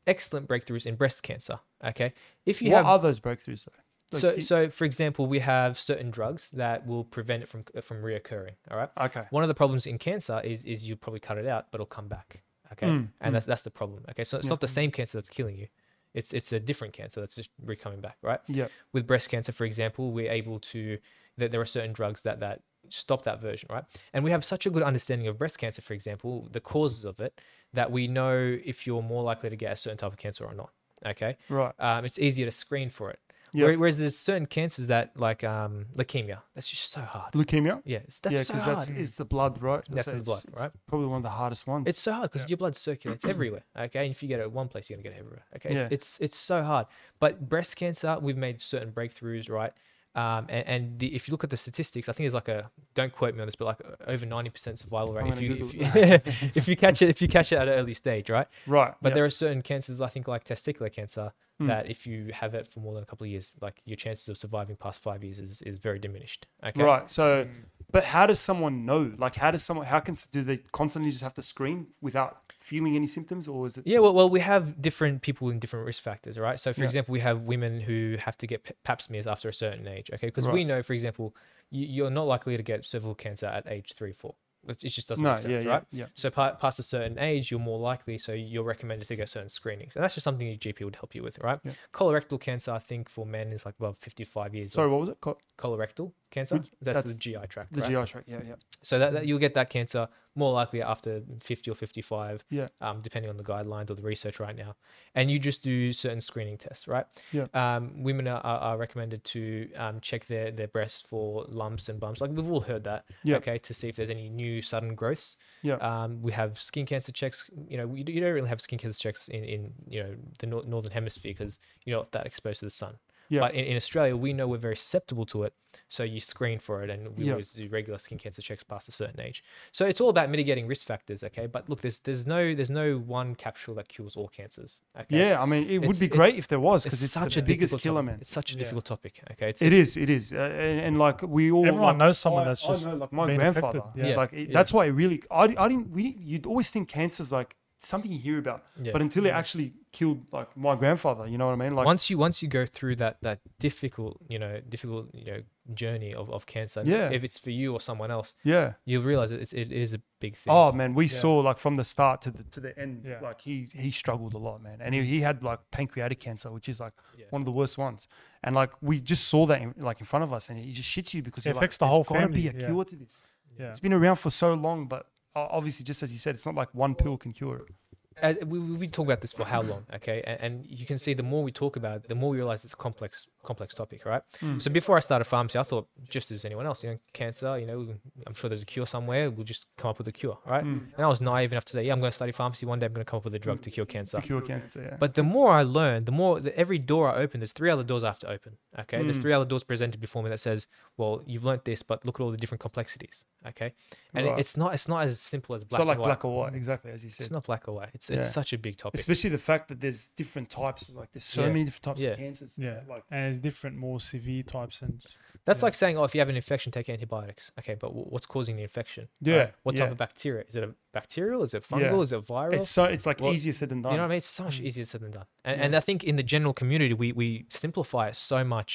excellent breakthroughs in breast cancer. Okay, if you
What
have
are those breakthroughs though? Like,
so,
do-
so for example, we have certain drugs that will prevent it from uh, from reoccurring. All right.
Okay.
One of the problems in cancer is is you probably cut it out, but it'll come back.
Hmm,
Okay. and that's that's the problem. Okay. So it's not the same cancer that's killing you. It's it's a different cancer that's just re coming back. Right.
Yeah.
With breast cancer, for example, we're able to that there are certain drugs that that stop that version, right? And we have such a good understanding of breast cancer, for example, the causes of it, that we know if you're more likely to get a certain type of cancer or not. Okay.
Right.
Um, it's easier to screen for it.
Yeah.
Where- Whereas there's certain cancers that like um, leukemia, that's just so hard.
leukemia.
Yeah, it's, that's
Mm. yeah,
so
because
hard.
that's it's the blood, right?
That's the
it's-
blood,
it's
right?
Probably one of the hardest ones.
It's so hard because your blood circulates everywhere. Okay, and if you get it at one place, you're gonna get it everywhere. Okay,
Yeah.
it's, it's it's so hard. But breast cancer, we've made certain breakthroughs, right? Um, and and the, if you look at the statistics, I think there's like a don't quote me on this, but like uh, over ninety percent survival rate
I'm
if
gonna
you if
Google
you, if you catch it if you catch it at an early stage, right?
right.
But
yeah.
there are certain cancers, I think, like testicular cancer,
Hmm.
that if you have it for more than a couple of years, like your chances of surviving past five years is, is very diminished. Okay.
right. So,
Mm.
but how does someone know? Like, how does someone? How can s- do they constantly just have to scream without feeling any symptoms, or is it?
Yeah, well, well, we have different people in different risk factors, right? So, for
Yeah.
example, we have women who have to get p- pap smears after a certain age, okay? Because we
Right.
know, for example, you, you're not likely to get cervical cancer at age three, four. It it just doesn't
No,
make sense,
yeah, yeah,
right?
yeah.
So, pa- past a certain age, you're more likely, so you're recommended to get certain screenings. And that's just something your GP would help you with, right? Colorectal cancer, I think, for men is like above 55 years.
Sorry,
old.
what was it? Co-
Colorectal cancer, that's,
that's
the GI tract,
the
right?
GI tract. Yeah, yeah.
So that, that you'll get that cancer more likely after 50 or 55,
Yeah.
um, depending on the guidelines or the research right now. And you just do certain screening tests, right?
Yeah.
Um, women are, are are recommended to um, check their, their breasts for lumps and bumps. Like we've all heard that.
Yeah.
Okay. To see if there's any new sudden growths.
Yeah.
Um, we have skin cancer checks. You know, we, you don't really have skin cancer checks in, in you know the nor- northern hemisphere because you're not that exposed to the sun.
Yeah.
But in, in Australia, we know we're very susceptible to it, so you screen for it, and we
Yeah.
always do regular skin cancer checks past a certain age. So it's all about mitigating risk factors, okay? But look, there's there's no there's no one capsule that cures all cancers. Okay?
Yeah, I mean, it would
It's-
be
it's-
great if there was because it's, such the a biggest
difficult
killer,
topic.
man.
It's such a
Yeah.
difficult topic, okay? It's
It is, it is, uh, and, and like we all
Everyone
like,
knows someone
I-
that's
I
just
know, like my
been affected,
grandfather.
yeah.
Yeah,
like it,
yeah.
that's why it really. I, I didn't. We you'd always think cancer's like something you hear about,
Yeah.
but until it actually killed like my grandfather, you know what I mean? Like
once you once you go through that that difficult you know difficult you know journey of, of cancer
Yeah.
if it's for you or someone else
yeah.
you'll realize it's, it is a big thing
Oh man, we saw like from the start to the to the end,
Yeah.
like he he struggled a lot, man, and he, he had like pancreatic cancer, which is like one of the worst ones, and like we just saw that in, like in front of us, and it just shits you because
It
you're
affects the
like,
whole
There's gotta be a
family, yeah.
cure to this.
Yeah.
It's been around for so long, but o- obviously, just as you said, it's not like one pill can cure it.
Uh, we, we we talk about this for how long okay and, and you can see the more we talk about it the more we realize it's a complex complex topic right
Hmm.
so before i started pharmacy i thought just as anyone else you know cancer you know i'm sure there's a cure somewhere we'll just come up with a cure right
Hmm.
and i was naive enough to say yeah i'm going to study pharmacy one day i'm going to come up with a drug to cure cancer
To cure cancer, yeah.
But the more I learn, the more the, every door I open, there's three other doors I have to open. Okay,
Hmm.
there's three other doors presented before me that says, "Well, you've learnt this, but look at all the different complexities." Okay, and it-
Right.
it's not it's not as simple as black.
so like
and white.
black or white,
Mm.
exactly as you said.
It's not black or white. It's
Yeah.
it's such a big topic.
Especially the fact that there's different types, like there's so
Yeah.
many different types
Yeah.
of cancers.
Yeah,
like
and it's different, more severe types, and just-
That's like saying, "Oh, if you have an infection, take antibiotics." Okay, but wh- what's causing the infection?
Yeah,
What
yeah.
type of bacteria? Is it a bacterial? Is it fungal?
Yeah.
Is it viral?
it's Mm. so it's like
Well,
easier said than
Do
done.
you know what I mean? It's so much easier said than done. And, and I think in the general community, we we simplify it so much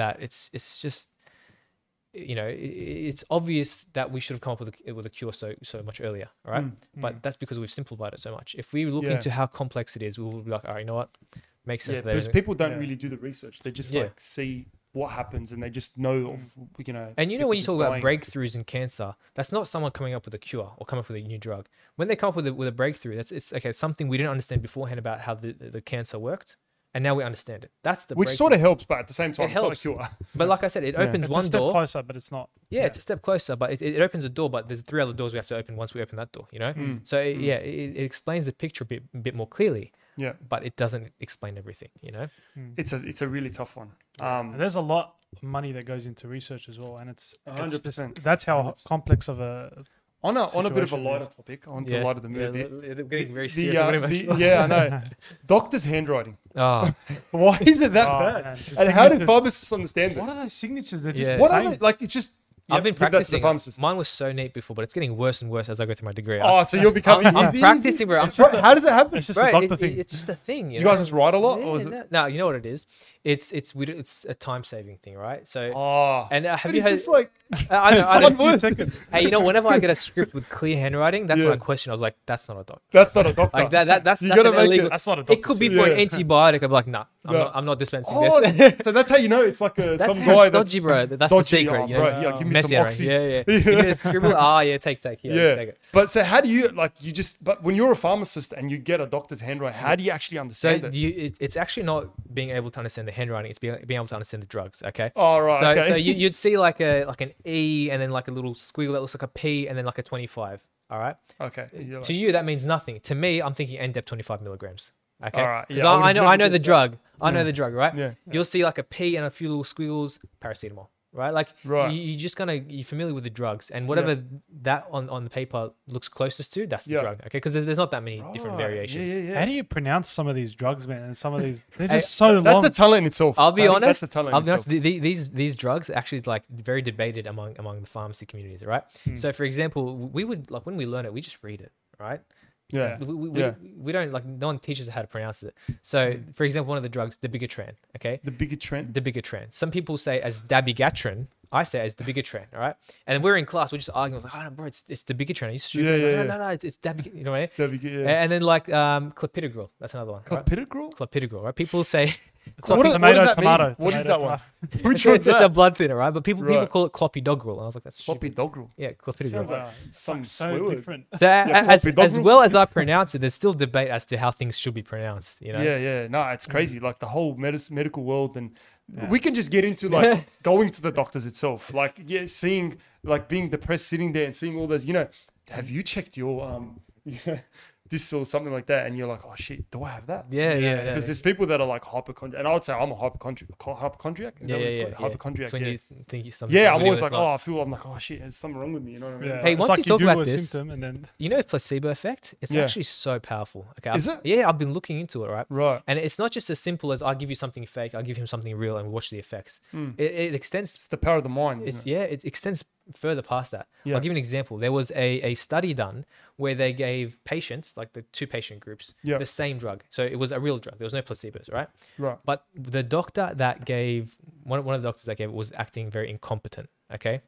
that it's it's just you know i- i- it's obvious that we should have come up with a, c- with a cure so so much earlier, right? But that's because we've simplified it so much. If we look
Mm, Yeah.
into how complex it is, we will be like, all right, you know what, makes sense.
Yeah,
that there
because
isn't-"
people don't
yeah.
really do the research. They just
Yeah.
like see what happens and they just know of you know.
And you know
people
when you
just
talk
dying.
about breakthroughs in cancer, that's not someone coming up with a cure or coming up with a new drug. When they come up with a, with a breakthrough, that's it's okay. it's Something we didn't understand beforehand about how the, the the cancer worked, and now we understand it. That's the
which
breakthrough.
sort of helps, but at the same time,
It
it's not a
helps.
cure.
But like I said, it opens
it's
one
a step
door.
closer, but it's not.
yeah, it's a step closer, but it, it opens a door. But there's three other doors we have to open once we open that door. You know,
Mm.
so it, yeah, it, it explains the picture a bit, bit more clearly,
Yeah,
but it doesn't explain everything. You know,
it's a it's a really tough one. Um,
Mm. And there's a lot of money that goes into research as well, and it's
A
it's
hundred
just-
percent.
That's how complex of a.
on a on a bit of a
Situation is-
lighter topic, on to
yeah,
lighter the mood
yeah,
a bit.
l- l- We're getting very
The,
serious.
uh,
and
the-
very emotional.
yeah, I know. Doctor's handwriting.
Ah,
Why is it that
Oh,
bad?
man, just
and how do
signatures.
pharmacists understand
What
that?
are those signatures? They're
Yeah.
just
What
what
are they? Like, it's just.
I've
yeah,
been
give that to the
practicing.
pharmacist.
Mine was so neat before, but it's getting worse and worse as I go through my degree. I-
Oh, so you're becoming.
I'm
easy?
practicing, bro. I'm
Bro, How does it happen?
It's just
bro,
a doctor
it-
thing.
it- it's just a thing. You,
You
know?
guys just write a lot,
Yeah,
or is it?
no, no, you know what it is. It's it's we, do- it's a time saving thing, right? So
Oh,
and uh, have
but
you
it's
heard?
just like
I, I know,
it's
I know.
one word.
hey, you know, whenever I get a script with clear handwriting, that's
Yeah.
when I question. I was like, that's not a doc.
That's not a doctor.
Like that, that that's,
You
that's
gotta
an
make it-
illegal.
that's not a
It could be for
Yeah.
an antibiotic. I'm like, nah, I'm,
No.
Not, I'm not dispensing
Oh,
this.
so- so that's how you know it's like a
That's
some
how
guy
it's dodgy,
that's
bro. That's the
dodgy.
secret.
Oh,
you know?
bro, yeah, give me
Messy
some
handwriting.
oxys.
Yeah, yeah. You get a scribble. Ah, yeah, take, take. Yeah,
Yeah.
take it.
But so how do you like you just but when you're a pharmacist and you get a doctor's handwriting, how do you actually
So
understand it?
do you, it, it's actually not being able to understand the handwriting; it's being, being able to understand the drugs. Okay.
Oh, right,
So,
okay.
so you, you'd see like a like an E and then like a little squiggle that looks like a P and then like a twenty five. All right.
okay. you're
To
like-
you, that means nothing. To me, I'm thinking end depth 25 milligrams. Okay.
Alright,
'Cause
yeah, I
I, I
would've
know,
never
I know the
guessed that.
drug. I know the drug, right?
Yeah.
You'll see like a P and a few little squiggles, paracetamol, right? Like
Right.
You, you're just gonna you're familiar with the drugs and whatever that on on the paper looks closest to, that's the
Yeah.
drug. Okay, because there's, there's not that many different
Right, "Oh, yeah,
variations.
yeah, yeah.
How do you pronounce some of these drugs, man? And some of these, they're
Hey,
just so
That's
long.
the talent in itself.
I'll be
That is-
honest.
That's the talent.
I'll
in
be honest.
itself.
The, the, these these drugs actually is, like very debated among among the pharmacy communities, right?
Hmm.
So, for example, we would like when we learn it, we just read it, right?
Yeah.
We, we,
yeah. Hmm.
we, we don't like no one teaches us how to pronounce it. So, for example, one of the drugs, dabigatran. Okay,
The bigger trend.
dabigatran. Some people say as dabigatran. I say as dabigatran. All right, and we're in class, we're just arguing like, oh, bro, it's it's dabigatran. Are you stupid?
Yeah,
Like,
yeah,
no,
yeah.
no, no, it's it's dabigatran. You know what I mean?
The bigger, yeah.
And then like um, clopidogrel. That's another one. right?
Clopidogrel?
clopidogrel, right? People say
It's
So
like
what is- what
tomato,
does that mean?
tomato,
What is
tomato,
that one?
tomato.
Which
it's,
one's
it's, it's a
that?
blood thinner, right? But people people
Right.
call it cloppy dog rule. And I was like, that's
Floppy
stupid.
dog rule.
Yeah, cloppy dog
Sounds
rule.
like
Some
like so
swear word.
different.
So a- as,
cloppy dog
as
rule.
well as I pronounce it, there's still debate as to how things should be pronounced. You know,
Yeah, yeah. No, it's crazy. Like the whole medis medical world, and we can just get into like going to the doctors itself. Like, yeah, seeing like being depressed, sitting there and seeing all those. You know, have you checked your um this or something like that? And you're like, oh shit, do I have that?
yeah, yeah. yeah,
Because there's people that are like hypochondriac, and I would say I'm a hypochondriac. Hypochondriac? Is
yeah,
that
yeah,
what it's
yeah,
called?
yeah.
Hypochondriac.
It's when
yeah.
you th- think you something.
Yeah, I'm
really
always
when
like,
it's
oh,
not.
I feel I'm like, oh shit, there's something wrong with me. You know what I mean?
Yeah.
Like,
Hey,
it's
once
like
you talk
do
about
a
this-
symptom and then
You know, placebo effect. It's
Yeah.
actually so powerful. Okay, I've-
Is it?
Yeah, I've been looking into it, right?
Right.
And it's not just as simple as I give you something fake, I give him something real, and we watch the effects.
Hmm.
It, it extends.
It's the power of the mind. isn't
It's
it?
yeah, it extends further past that.
Yeah.
I'll give you an example. There was a, a study done where they gave patients, like the two patient groups,
Yeah.
the same drug. So it was a real drug. There was no placebos, right?
Right.
But the doctor that gave one, one of the doctors that gave it was acting very incompetent. Okay.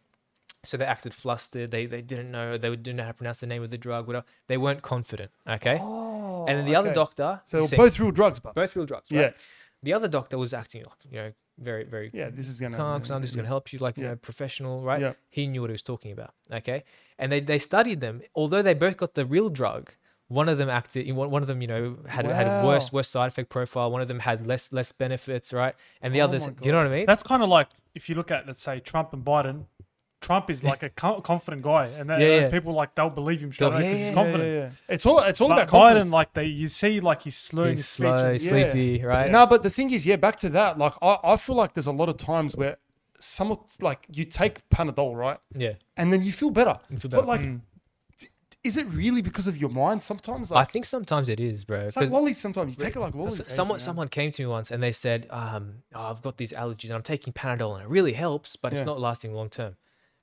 So they acted flustered. They they didn't know. They didn't know how to pronounce the name of the drug. Whatever. They weren't confident. Okay. and then the other
Oh, okay.
doctor.
So
he said-
both real drugs, but
both real drugs. Right?
yeah,
The other doctor was acting like you know very very
yeah. This is gonna.
calm. Son, this is
yeah.
going to help you, like you
Yeah.
know, professional, right?
Yeah.
He knew what he was talking about. Okay, and they they studied them. Although they both got the real drug, one of them acted. One one of them, you know, had had worse worse side effect profile. One of them had less less benefits, right? And the
Oh
others,
my
do you know what I mean?
that's kind of like if you look at let's say Trump and Biden. Trump is like a co- confident guy, and that,
Yeah,
and
yeah.
people like they'll believe him straight
They'll-
away
yeah,
because
yeah,
he's
yeah,
confident.
It's all. It's all
But
about confidence.
Biden, like they, you see, like he's slurring
He's
his speech. and-
slow, sleepy, right?
No, but the thing is, yeah. Back to that. Like, I, I feel like there's a lot of times where some of like you take Panadol, right,
Yeah,
and then you feel better. But
feel better. Mm.
like, d- is it really because of your mind? Sometimes,
I
like,
think sometimes it is, bro.
it's like
'cause-
lollies. Sometimes you take it like lollies.
S-
occasionally,
someone
man.
someone came to me once and they said, um, oh, I've got these allergies and I'm taking Panadol and it really helps, but
Yeah.
it's not lasting long term.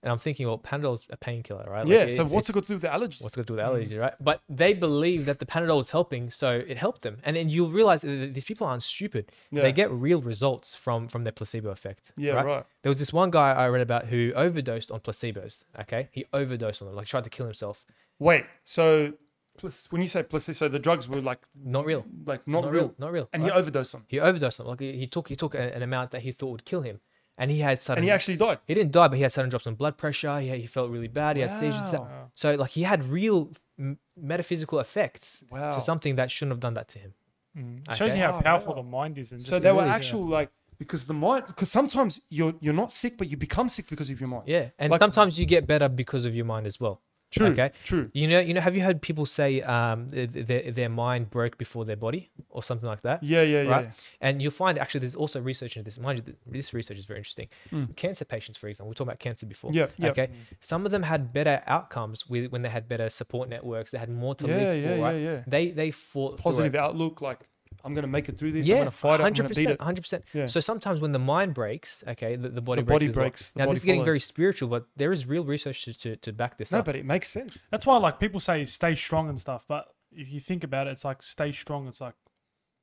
And I'm thinking, well, Panadol's a painkiller, right? Like,
Yeah. So what's
it's-
it
it's-
got to do with the allergies?
what's it got to do with
Mm.
allergies, right? But they believe that the Panadol is helping, so it helped them. And then you'll realize that these people aren't stupid.
Yeah.
They get real results from from their placebo effect.
Yeah, right.
There was this one guy I read about who overdosed on placebos. Okay, he overdosed on them, like tried to kill himself.
Wait. So plus- when you say placebo, so the drugs were like,
Not real.
like not,
Not
real,
real, not real,
and he
right?
overdosed on, it.
He overdosed on them. Like he he took he took a- an amount that he thought would kill him, and he had sudden
and he actually died.
he didn't die, but he had sudden drops in blood pressure. He, he felt really bad. He had seizures. So- So, like, he had real m- metaphysical effects
Wow.
to something that shouldn't have done that to him.
It shows
Okay.
you how
Oh, Wow,
powerful
wow.
the mind is. And
So
just
they
the
were
words, yeah.
actual like because the mind because sometimes you're you're not sick but you become sick because of your mind.
Yeah, and
Like-
sometimes you get better because of your mind as well.
True.
Okay.
True.
You know, you know. Have you heard people say um, th- th- their their mind broke before their body or something like that?
Yeah, yeah, yeah.
right? And you'll find actually there's also research into this. Mind you, th- this research is very interesting.
Hmm.
Cancer patients, for example, we talked about cancer before.
Yeah, yeah.
Okay. Some of them had better outcomes with when they had better support networks. They had more to
Yeah,
live for.
yeah,
right?
yeah, yeah.
They they fought through
Positive
it.
outlook, like I'm gonna make it through this, I'm
Yeah,
gonna fight it, I'm
hundred
gonna beat
percent,
it.
hundred percent.
Yeah.
So sometimes when the mind breaks, okay, the, the body
The
breaks.
body
as well.
breaks, the
Now
body
this is getting very
follows.
spiritual, but there is real research to, to, to back this
No,
up.
but it makes sense.
That's why like people say stay strong and stuff, but if you think about it, it's like stay strong. It's like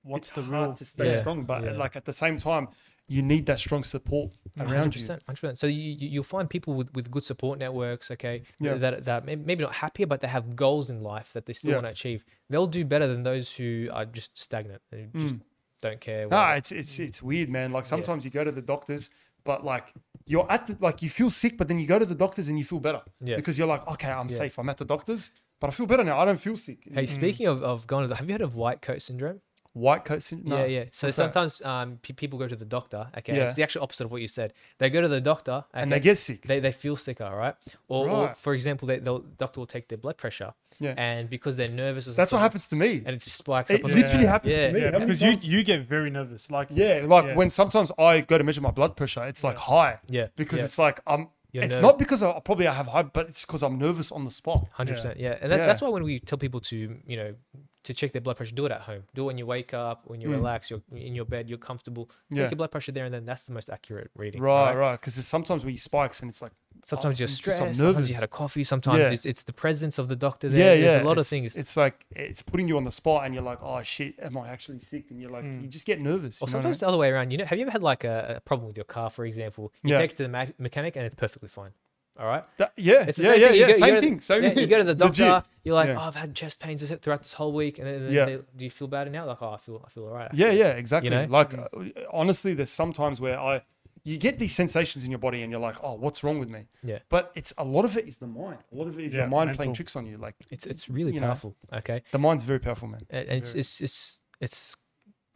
what's
It's
the
hard
rule?
to stay
Yeah,
strong, but
yeah.
like at the same time, you need that strong support around you.
100%, 100%. So you, you- you'll find people with, with good support networks, okay,
Yeah.
that, that may- maybe not happier, but they have goals in life that they still
Yeah.
want to achieve. They'll do better than those who are just stagnant, who just
Hmm.
don't care.
Nah,
whatever.
it's it's it's weird, man. Like sometimes you go to the doctors, but like you're at the like you feel sick, but then you go to the doctors and you feel better.
Yeah.
Because you're like, okay, I'm safe. I'm at the doctors, but I feel better now. I don't feel sick.
hey, speaking of, of going to the, have you heard of white coat syndrome?
White coat syndrome.
Yeah, yeah. So sometimes um, pe- people go to the doctor, okay,
Yeah.
it's the actual opposite of what you said. They go to the doctor
and
okay,
they get sick.
they, they feel sicker, right? Or, or
Right.
for example, they, they'll doctor will take their blood pressure,
Yeah.
and because they're nervous, or
That's what
something,
happens to me.
and it just spikes
It
up. or something.
literally happens
Yeah.
to me.
Yeah,
How many
because you
times-
you get very nervous. Like
yeah, like
Yeah.
when sometimes I go to measure my blood pressure, it's like high.
Yeah,
Because
yeah.
it's like I'm.
You're
it's
nervous.
not because I probably I have high, but it's because I'm nervous on the spot.
Hundred percent, yeah, and that,
Yeah.
that's why when we tell people to, you know, to check their blood pressure, do it at home. Do it when you wake up, when you relax, you're in your bed, you're comfortable.
Mm. Yeah.
Take your blood pressure there, and then that's the most accurate reading.
Right, right. Because there's sometimes where you spikes and it's like
Sometimes you're
I'm just- I'm
stressed. Sometimes you
nervous.
had a coffee. Sometimes
Yeah.
it's, it's the presence of the doctor
yeah,
there.
yeah,
There's A lot of
it's-
things.
It's like it's putting you on the spot, and you're like, oh shit, am I actually sick? And you're like, you just get nervous.
Hmm. Or
you know what I
sometimes the other way around. You know, have you ever had like a, a problem with your car, for example? You
Yeah.
take it to the ma- mechanic and it's perfectly fine. All right.
That- yeah,
It's the
yeah,
same
yeah,
thing. You
yeah.
go- you
same
go to-
thing. Same
yeah,
thing.
You go to the
Legit.
doctor. You're like,
Yeah.
oh, I've had chest pains this- throughout this whole week, and then, and then
Yeah.
they, do you feel bad now? Like, oh, I feel, I feel all right.
Yeah,
actually."
yeah, exactly.
know?
Like uh, honestly, there's sometimes where I you get these sensations in your body and you're like, oh, what's wrong with me?
Yeah.
But it's a lot of it is the mind. A lot of it is
Yeah,
your mind
mental.
playing tricks on you. Like
It's it's really
You know.
powerful. Okay.
the mind's very powerful, man.
and and it's, it's it's it's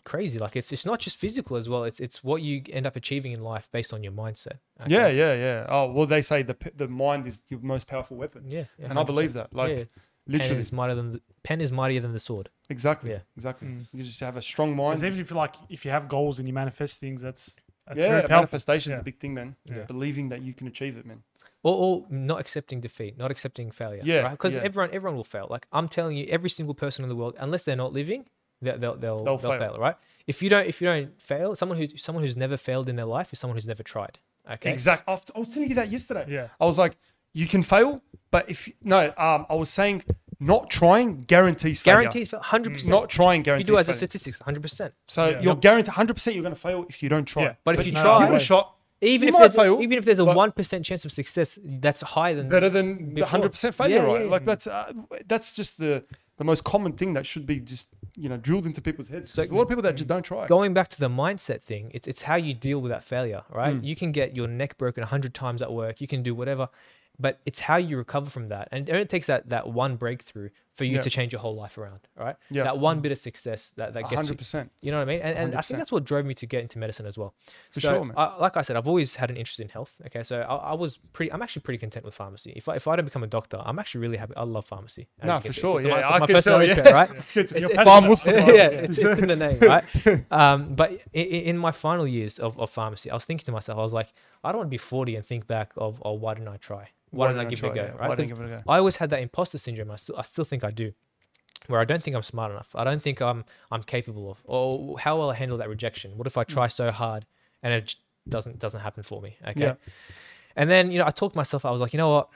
crazy. Like it's it's not just physical as well. It's it's what you end up achieving in life based on your mindset. Um, okay?
Yeah, yeah, yeah. Oh well, they say the p- the mind is your most powerful weapon.
yeah, yeah,
and I believe
100%.
that. Like
Yeah. pen
literally,
is mightier than the, pen is mightier than the sword.
exactly,
yeah.
exactly. You just have a strong mind.
'Cause Mm. even if you like, if you have goals and you manifest things, that's that's
yeah,
very powerful.
manifestation's
Yeah.
a big thing, man.
Yeah.
Believing that you can achieve it, man.
Or, or not accepting defeat, not accepting failure.
Yeah,
Because
yeah.
everyone everyone will fail. Like I'm telling you, every single person in the world, unless they're not living, they'll they'll, they'll,
They'll
they'll fail.
fail.
Right. If you don't if you don't fail, someone who someone who's never failed in their life is someone who's never tried. Okay.
Exactly. I was telling you that yesterday.
Yeah.
I was like, you can fail, but if no, um, I was saying not trying guarantees failure.
Guarantees fail. Hundred percent.
Not trying
You
guarantees.
do as a
failure.
statistics. Hundred percent.
so
Yeah.
you're guaranteed 100 percent you're going to fail if you don't try.
Yeah,
but if you
no,
try-
give it a shot. You
even if
might
there's
fail,
even if there's a
but-
one percent chance of success, that's higher than
better than the
Before.
hundred percent
Yeah,
failure,
yeah,
right?
yeah.
Like that's uh, that's just the the most common thing that should be just you know drilled into people's heads.
So-
There's a lot of people that just don't try.
Going back to the mindset thing, it's it's how you deal with that failure, right?
Mm.
You can get your neck broken a hundred times at work, you can do whatever, but it's how you recover from that. And it only takes that that one breakthrough for you
Yeah.
to change your whole life around, right?
Yeah.
That one bit of success that that gets you.
hundred percent.
You know what I mean? And, and I think
100%.
that's what drove me to get into medicine as well.
For
so,
sure, man.
I, like I said, I've always had an interest in health. Okay, so I, I was pretty. I'm actually pretty content with pharmacy. If I, if I don't become a doctor, I'm actually really happy. I love pharmacy. as
No,
you can
for
see.
sure.
It's a-
Yeah, I
it's my
can tell.
personality
Yeah,
trait, right? It's-
It's, you're
it's-
passionate.
Farm Muslim.
yeah, it's, it's in the name, right? Um, but in, in my final years of, of pharmacy, I was thinking to myself, I was like, I don't want to be 40 and think back of, oh, why didn't I try? Why, didn't I give it a
try?
go?
Yeah, why
Right?
didn't I
'Cause
give it a go?
I always had that imposter syndrome. I still, I still think I do, where I don't think I'm smart enough. I don't think I'm, I'm capable of, or how will I handle that rejection? What if I try so hard and it j- doesn't, doesn't happen for me? Okay.
Yeah.
And then, you know, I talked myself, I was like, you know what?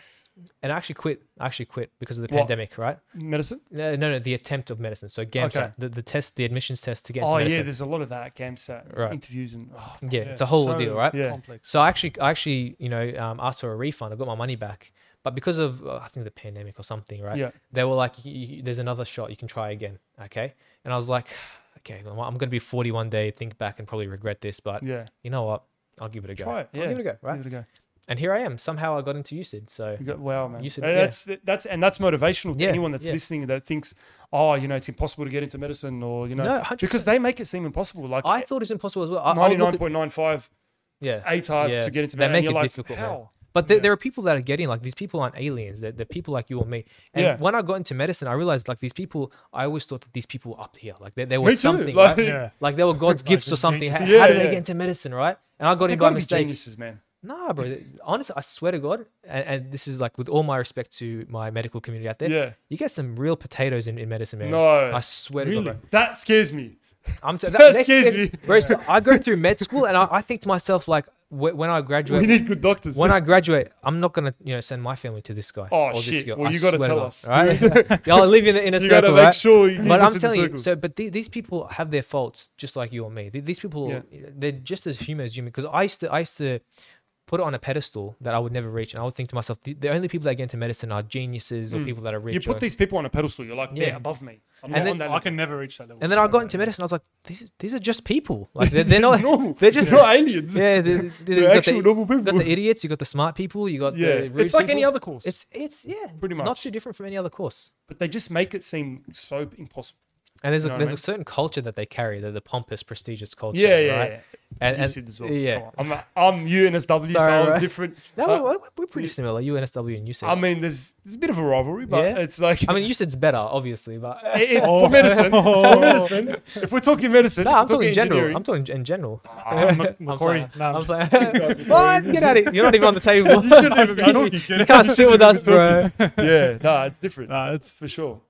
And I actually quit. I actually quit because of the
What?
pandemic, right?
Medicine.
Uh, No, no, no, the attempt of medicine. So GAMSAT,
Okay.
the, the test, the admissions test to get into
Oh yeah,
medicine.
there's a lot of that GAMSAT
Right.
interviews and oh,
Yeah,
Yeah,
it's a whole
so
ordeal, right?
Yeah.
Complex.
So I actually, I actually, you know, um, asked for a refund. I got my money back, but because of uh, I think the pandemic or something, right?
Yeah.
They were like, "You- you- "There's another shot. You can try again." Okay. And I was like, "Okay, well, I'm going to be 40 one day. Think back and probably regret this, but
yeah.
you know what? I'll give it a go.
Try it.
I'll
Yeah.
give it a go, right?
Give it a go.
And here I am. Somehow I got into UCID. So
You got, wow, man.
You said-
Uh,
yeah.
That's that's and that's motivational to
Yeah,
anyone that's
yeah.
listening that thinks, oh, you know, it's impossible to get into medicine, or you know,
No, 100%.
because they make it seem impossible. Like
I thought it's impossible as well. I, I would look
ninety-nine
at-
point nine five
yeah.
ATAR
Yeah,
to get into
they
medicine.
make
and you're
it
like,
difficult, man.
How?
But there, there are people that are getting like these people aren't aliens. They're, they're people like you or me. And
Yeah.
when I got into medicine, I realized like these people. I always thought that these people were up here, like they, they were
Me too.
something,
Like,
right?
Yeah.
Like they were God's gifts or
these
something. How,
geniuses.
how did
Yeah,
they
yeah.
get into medicine, right? And I got in
They've
by
got to be
mistake.
geniuses, man.
Nah, bro. th- Honestly, I swear to God, and, and this is like with all my respect to my medical community out there.
Yeah.
You get some real potatoes in, in medicine, man.
No.
I swear to God, bro.
That scares me.
I'm t-
Excuse
that's-
me.
bro, so I go through med school and I, I think to myself like wh- when I graduate,
We need good doctors.
when I graduate, I'm not gonna, you know, send my family to this guy.
Oh,
or This
shit.
girl.
Well,
I
you gotta
swear
tell
God,
us.
right? Y'all live in the inner
You gotta
circle,
make
right?
sure you keep
but
us
I'm
in the
telling you,
circle.
so but the- these people have their faults, just like you or me. The- These people,
Yeah.
they're just as human as human. Because I used to, I used to put it on a pedestal that I would never reach, and I would think to myself, the, the only people that get into medicine are geniuses or people that are rich.
Mm. you
or-
put these people on a pedestal, you're like,
Yeah.
they're above me. I'm not
then-
on that
I
level.
can never reach that level.
and then I got into medicine. I was like, these, these are just people. Like they're, they're not.
normal.
They're just
not aliens.
Yeah, they
They're actual normal
You got
people.
the idiots. You got the smart people. You got
Yeah.
The rude
It's like any
people.
other course.
It's it's yeah,
Pretty
not
much.
too different from any other course.
But they just make it seem so impossible.
And there's a,
know what I
there's a
mean?
certain culture that they carry, the, the pompous, prestigious culture.
Yeah, yeah,
right?
yeah.
And,
you
and-
said as well.
Yeah,
Come on. I'm, not- I'm UNSW, so
Sorry,
I
right?
was different.
no,
Uh,
we're, we're pretty similar. UNSW and USID.
I mean, there's, there's a bit of a rivalry, but
Yeah.
it's like,
I mean, USID's better, obviously, but
i- if-
Oh.
for medicine, for medicine, if we're talking medicine,
no,
if
I'm
we're
talking general.
engineering, Ah,
I'm talking in general. I'm
Ah, Macquarie.
playing-
No,
I'm
I'm just-
playing- what? Get out of here! You're not even on the table. you
shouldn't even be talking.
can't sit with us, bro.
yeah, no, it's different
Nah, it's
for sure.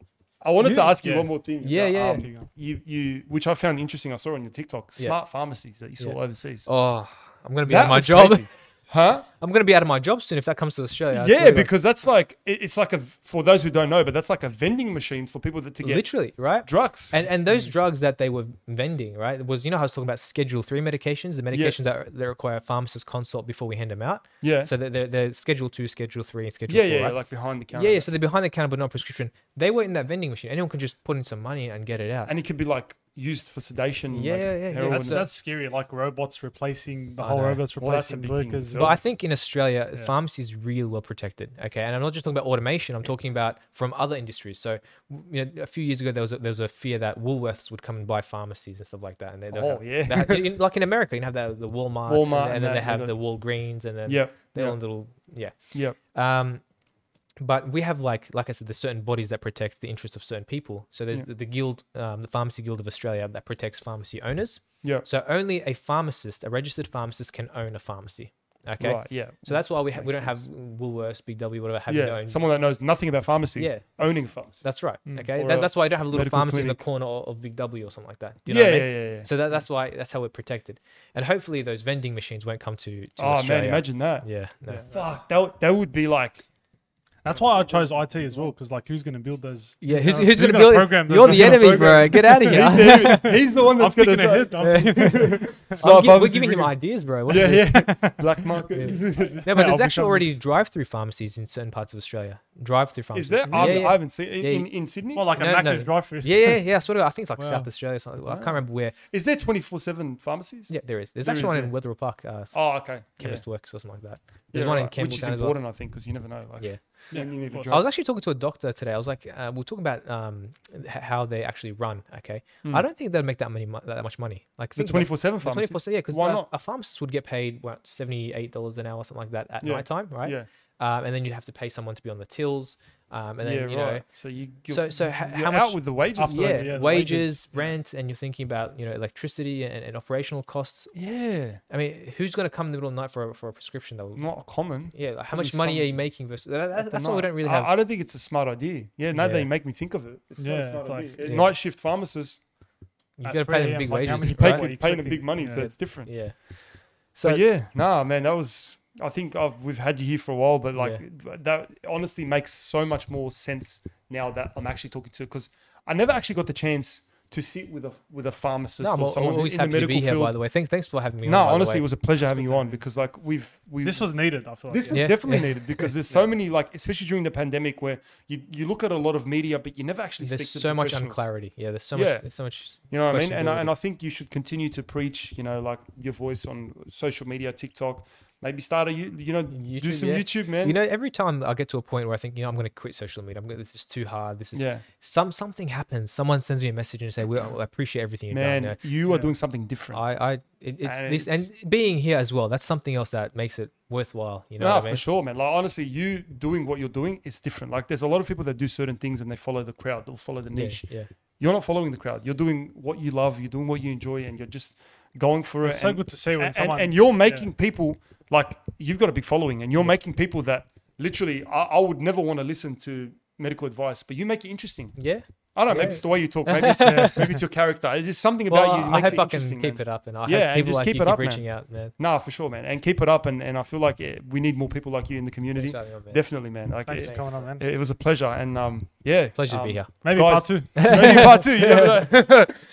I wanted to ask you
yeah.
one more thing.
Yeah,
uh,
yeah.
um, you, you, which I found interesting. I saw on your TikTok,
Yeah.
smart pharmacies that you saw overseas.
Oh, I'm gonna be
That
on my
was
job.
crazy. Huh?
I'm gonna be out of my job soon if that comes to Australia. I swear
Yeah,
to God.
because that's like it- it's like a for those who don't know, but that's like a vending machine for people that, to get
literally, right?
drugs.
And and
Mm.
those drugs that they were vending, right, was you know how I was talking about Schedule Three medications, the medications that, are- that require a pharmacist consult before we hand them out.
Yeah.
So they're, they're, they're Schedule Two, Schedule Three, and Schedule
yeah,
Four.
yeah, yeah,
right?
like behind the counter.
yeah, yeah. So they're behind the counter but not prescription. They were in that vending machine. Anyone could just put in some money and get it out.
And it could be like used for sedation.
Yeah,
like
yeah, yeah, yeah.
heroin.
That's,
Wouldn't-
that's scary. Like robots replacing the whole
know.
robots
Well, that's a
replacing
big thing
workers.
itself.
But I think in Australia,
Yeah.
pharmacy is really well protected. Okay, and I'm not just talking about automation. I'm talking about from other industries. So, w- you know, a few years ago there was a, there was a fear that Woolworths would come and buy pharmacies and stuff like that. And they, they'll
Oh,
have-
yeah.
they have- in- like in America, you can have that the Walmart, and
Walmart
then- and,
and
then they
that,
have
yeah.
the Walgreens, and then
yeah,
their
yeah,
own little yeah.
yeah.
Um, but we have like like I said, there's certain bodies that protect the interests of certain people. So there's
Yeah.
the, the guild, um, the Pharmacy Guild of Australia, that protects pharmacy owners.
Yeah.
So only a pharmacist, a registered pharmacist, can own a pharmacy. Okay.
Right, yeah.
So that's why we ha- we
Makes
don't have Woolworths, Big W, whatever having their
yeah.
own.
Someone that knows nothing about pharmacy
Yeah.
owning a pharmacy.
that's right. Okay.
or
That,
a
that's why I don't have a little
medical
pharmacy in the
clinic.
corner o- of Big W or something like that. Do you know
yeah,
what I
yeah,
mean?
yeah, yeah.
So that, that's why that's how we're protected, and hopefully those vending machines won't come to, to
oh
Australia.
man, imagine that.
Yeah. No. Yeah.
Fuck, that, would- that would be like
That's why I chose IT as well, because like, who's going to build those?
who's,
gonna-
who's
who's
gonna,
gonna
build?
program
it?
those?
You're
Who's
the
gonna
enemy, bro.
program
Get out of here.
he's the one
I'm
that's gonna
thinking
do it.
ahead. I'm thinking
I'm gi- we're
pharmacy
giving him
bringing-
ideas, bro. What-
Yeah, yeah. Black market.
No, but there's
I'll be
actually
shocked.
already drive-through pharmacies in certain parts of Australia. Drive-through pharmacies.
Is there?
Yeah,
I haven't-
yeah.
I haven't seen in,
Yeah,
in,
you-
in Sydney.
Well, like a
No, no.
Macca's drive-through.
yeah, yeah, yeah. I swear to God, I think it's like
Wow.
South Australia. Or something. I can't remember where.
is there twenty four seven pharmacies?
Yeah, there is. There's
There
actually
is,
one
yeah.
in Wetherill Park. Uh, s-
Oh, okay.
Chemist Works or something like that.
Yeah,
There's one in
right,
Campbelltown
Which is
as well.
important, I think, because you never know. Like,
Yeah.
when you need a
I was
drug.
I was actually talking to a doctor today. I was like, uh, we are talking about um, h- how they actually run. Okay, I don't think they'd make that many mo- that much money. Like
Hmm. the
think about-
twenty four seven
the 24
pharmacies.
so yeah, because
Why
a,
not?
a pharmacist would get paid what seventy eight dollars an hour, something like that, at
Yeah.
night time, right?
Yeah.
Um, and then you'd have to pay someone to be on the tills, um, and then
yeah,
you know
right. so you you're,
so- so ho-
you're
how
out
much-
with the wages?
After-
though.
yeah,
yeah, the
wages,
wages,
rent, and you're thinking about you know electricity and, and operational costs.
yeah,
I mean, who's going to come in the middle of the night for a, for a prescription though?
not common.
Yeah, like, how
Mm. Probably
much money are
some
you making versus that, that,
at the
that's why we
night.
don't really
I-
have.
I, don't think it's a smart idea. Yeah, now that
Yeah.
you make me think of it, it's
Yeah,
not a smart
it's like-
idea.
yeah.
Night shift pharmacists
you
at
got to
3
pay them
a.m.,
big
like, how
wages,
many
pay,
people
right?
are you
paying them
expecting?
big money, so
Yeah.
it's different.
Yeah. So
But yeah, nah, man, that was. I think I've, we've had you here for a while, but like that honestly makes so much more sense now that I'm actually talking to because I never actually got the chance to sit with a with a pharmacist
no, I'm
or
al-
someone
always
in the
happy to
medical
be here.
field.
By the way, thanks thanks for having me. on,
No,
by the
honestly,
way.
it was a pleasure having you on because like we've we
This was needed, I feel like.
this was
Yeah.
definitely
Yeah.
needed because there's so many like especially during the pandemic where you you look at a lot of media but you never actually
there's
speak to
so
the
much
professionals.
unclarity. Yeah, there's so
Yeah.
much. There's so much.
You know what I mean? And I,
questionability.
and I think you should continue to preach, you know, like your voice on social media, TikTok. Maybe start a you, you know do
YouTube,
some
yeah.
YouTube, man.
You know, every time I get to a point where I think, you know, I'm going to quit social media. I'm going. This is too hard. This is
yeah,
some something happens. Someone sends me a message and say, "We I appreciate everything you've
man,
done."
you are doing something different.
You know, I, I, it, it's
And
this
it's-
and being here as well. That's something else that makes it worthwhile. You know
nah,
what I mean?
for sure, man. Like honestly, you doing what you're doing is different. Like there's a lot of people that do certain things and they follow the crowd or follow the
Yeah,
niche.
yeah.
You're not following the crowd. You're doing what you love. You're doing what you enjoy, and you're just going for it.
It's so
and-
good to see when
and,
someone.
and you're making people like you've got a big following and you're making people that literally I, I would never want to listen to medical advice but you make it interesting i
Yeah.
don't know
Yeah.
maybe it's the way you talk maybe it's, uh, maybe it's your character it's just something about
Well,
you that
I- I
makes
hope
it
I can
interesting
keep
man.
it up, and I
Yeah,
hope
and
people
just
like
keep
you
it
keep
up, man.
reaching out, man.
nah for sure man and keep it up and, and i feel like eh, we need more people like you in the community
Thanks for having me on, man.
definitely man like
Thanks for
it,
coming on, man.
it was a pleasure and um yeah
Pleasure to
um,
be here.
Maybe
guys,
part two.
maybe part two you never know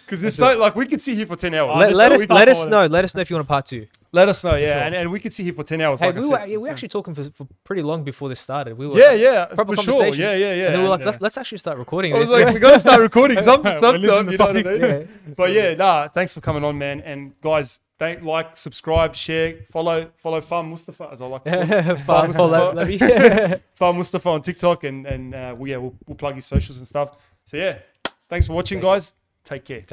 because it's so like we could sit here for 10 hours
Oh,
Let,
this
let
always
us let
start
us
all-
know. Let us know if you want a part two.
let us know yeah and, and we could sit here for 10 hours
Hey,
like I
we
said.
were yeah, we were
So-
actually talking for, for pretty long before this started. We were
yeah yeah
proper
for sure
conversation.
yeah yeah yeah
And we were
And-
like,
yeah.
let's, let's actually start recording
I
this.
was like, we gotta start recording something.
We're
something
losing
you know
the
what I
topics.
mean?
Yeah.
But yeah, nah. Thanks for coming on, man. And guys, thank, like, subscribe, share, follow, follow Farm Mustafa as I like to call him.
Fun,
Farm
for that-
Mustafa,
let me-
Farm Mustafa on TikTok, and and uh, well, yeah, we'll, we'll plug his socials and stuff. So yeah, thanks for watching, guys. Take care.